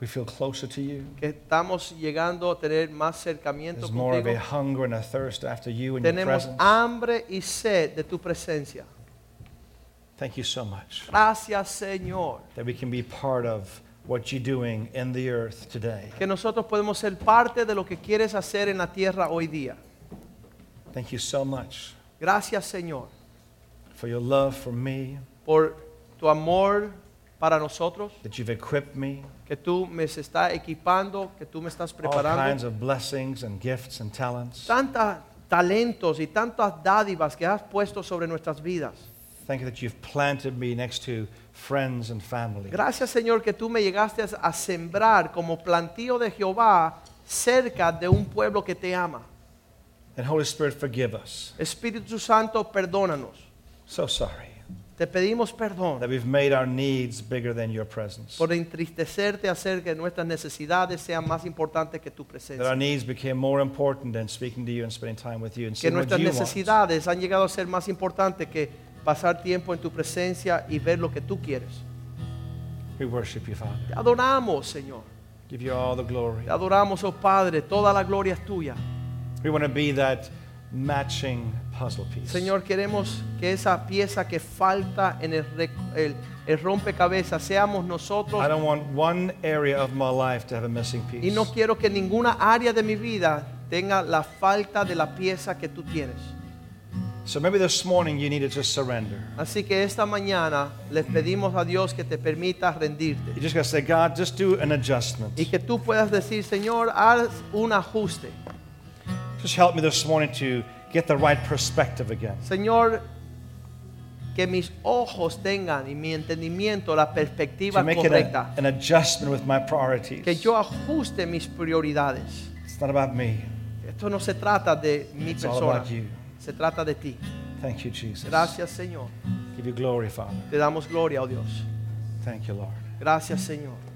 Speaker 2: We feel closer to you.
Speaker 3: que estamos llegando a tener más acercamiento
Speaker 2: There's more of
Speaker 3: contigo.
Speaker 2: a hunger and a thirst after you and your
Speaker 3: Tenemos
Speaker 2: presence.
Speaker 3: hambre y sed de tu presencia.
Speaker 2: Thank you so much
Speaker 3: Gracias, Señor,
Speaker 2: that we can be part of what you're doing in the earth today.
Speaker 3: que nosotros podemos ser parte de lo que quieres hacer en la tierra hoy día.
Speaker 2: Thank you so much
Speaker 3: Gracias, Señor,
Speaker 2: for your love for me,
Speaker 3: por tu amor para nosotros,
Speaker 2: that you've equipped me,
Speaker 3: que tú me estás equipando, que tú me estás
Speaker 2: all kinds
Speaker 3: preparando.
Speaker 2: of blessings and gifts and talents.
Speaker 3: Tantos talentos y tantas dádivas que has puesto sobre nuestras vidas.
Speaker 2: Thank you that you've planted me next to friends and family.
Speaker 3: Gracias, Señor, que tú me llegaste a sembrar como plantío de Jehová cerca de un pueblo que te ama.
Speaker 2: And Holy Spirit, forgive us.
Speaker 3: Espíritu Santo, perdónanos.
Speaker 2: So sorry
Speaker 3: Te pedimos perdón
Speaker 2: that we've made our needs bigger than your presence.
Speaker 3: por entristecerte, hacer que nuestras necesidades sean más importantes que tu
Speaker 2: That our
Speaker 3: presencia.
Speaker 2: needs became more important than speaking to you and spending time with you and
Speaker 3: Que
Speaker 2: seeing what
Speaker 3: nuestras
Speaker 2: you want.
Speaker 3: necesidades han llegado a ser más importantes que pasar tiempo en tu presencia y ver lo que tú quieres.
Speaker 2: We worship you, Father.
Speaker 3: Te adoramos, Señor.
Speaker 2: Give you all the glory.
Speaker 3: Te adoramos, oh Padre. Toda la gloria es tuya.
Speaker 2: We want to be that matching puzzle piece.
Speaker 3: Señor, queremos que esa pieza que falta en el, rec- el- el rompecabezas seamos nosotros.
Speaker 2: I don't want one area of my life to have a missing piece.
Speaker 3: Y no quiero que ninguna área de mi vida tenga la falta de la pieza que tú tienes.
Speaker 2: So maybe this morning you need to just surrender.
Speaker 3: Así que esta mañana les pedimos a Dios que te permita
Speaker 2: You
Speaker 3: rendirte
Speaker 2: just got to say, God, just do an adjustment.
Speaker 3: y que tú puedas decir, Señor, haz un ajuste.
Speaker 2: Just help me this morning to get the right perspective again.
Speaker 3: Señor, que mis ojos tengan y mi entendimiento la perspectiva
Speaker 2: To make it a-
Speaker 3: correcta.
Speaker 2: an adjustment with my priorities.
Speaker 3: Que yo ajuste mis prioridades.
Speaker 2: It's not about me.
Speaker 3: Esto no se trata de mi
Speaker 2: It's all
Speaker 3: persona,
Speaker 2: about you.
Speaker 3: se trata de ti.
Speaker 2: Thank you, Jesus.
Speaker 3: Gracias, Señor.
Speaker 2: Give you glory, Father.
Speaker 3: Te damos gloria, oh Dios.
Speaker 2: Thank you, Lord.
Speaker 3: Gracias, Señor.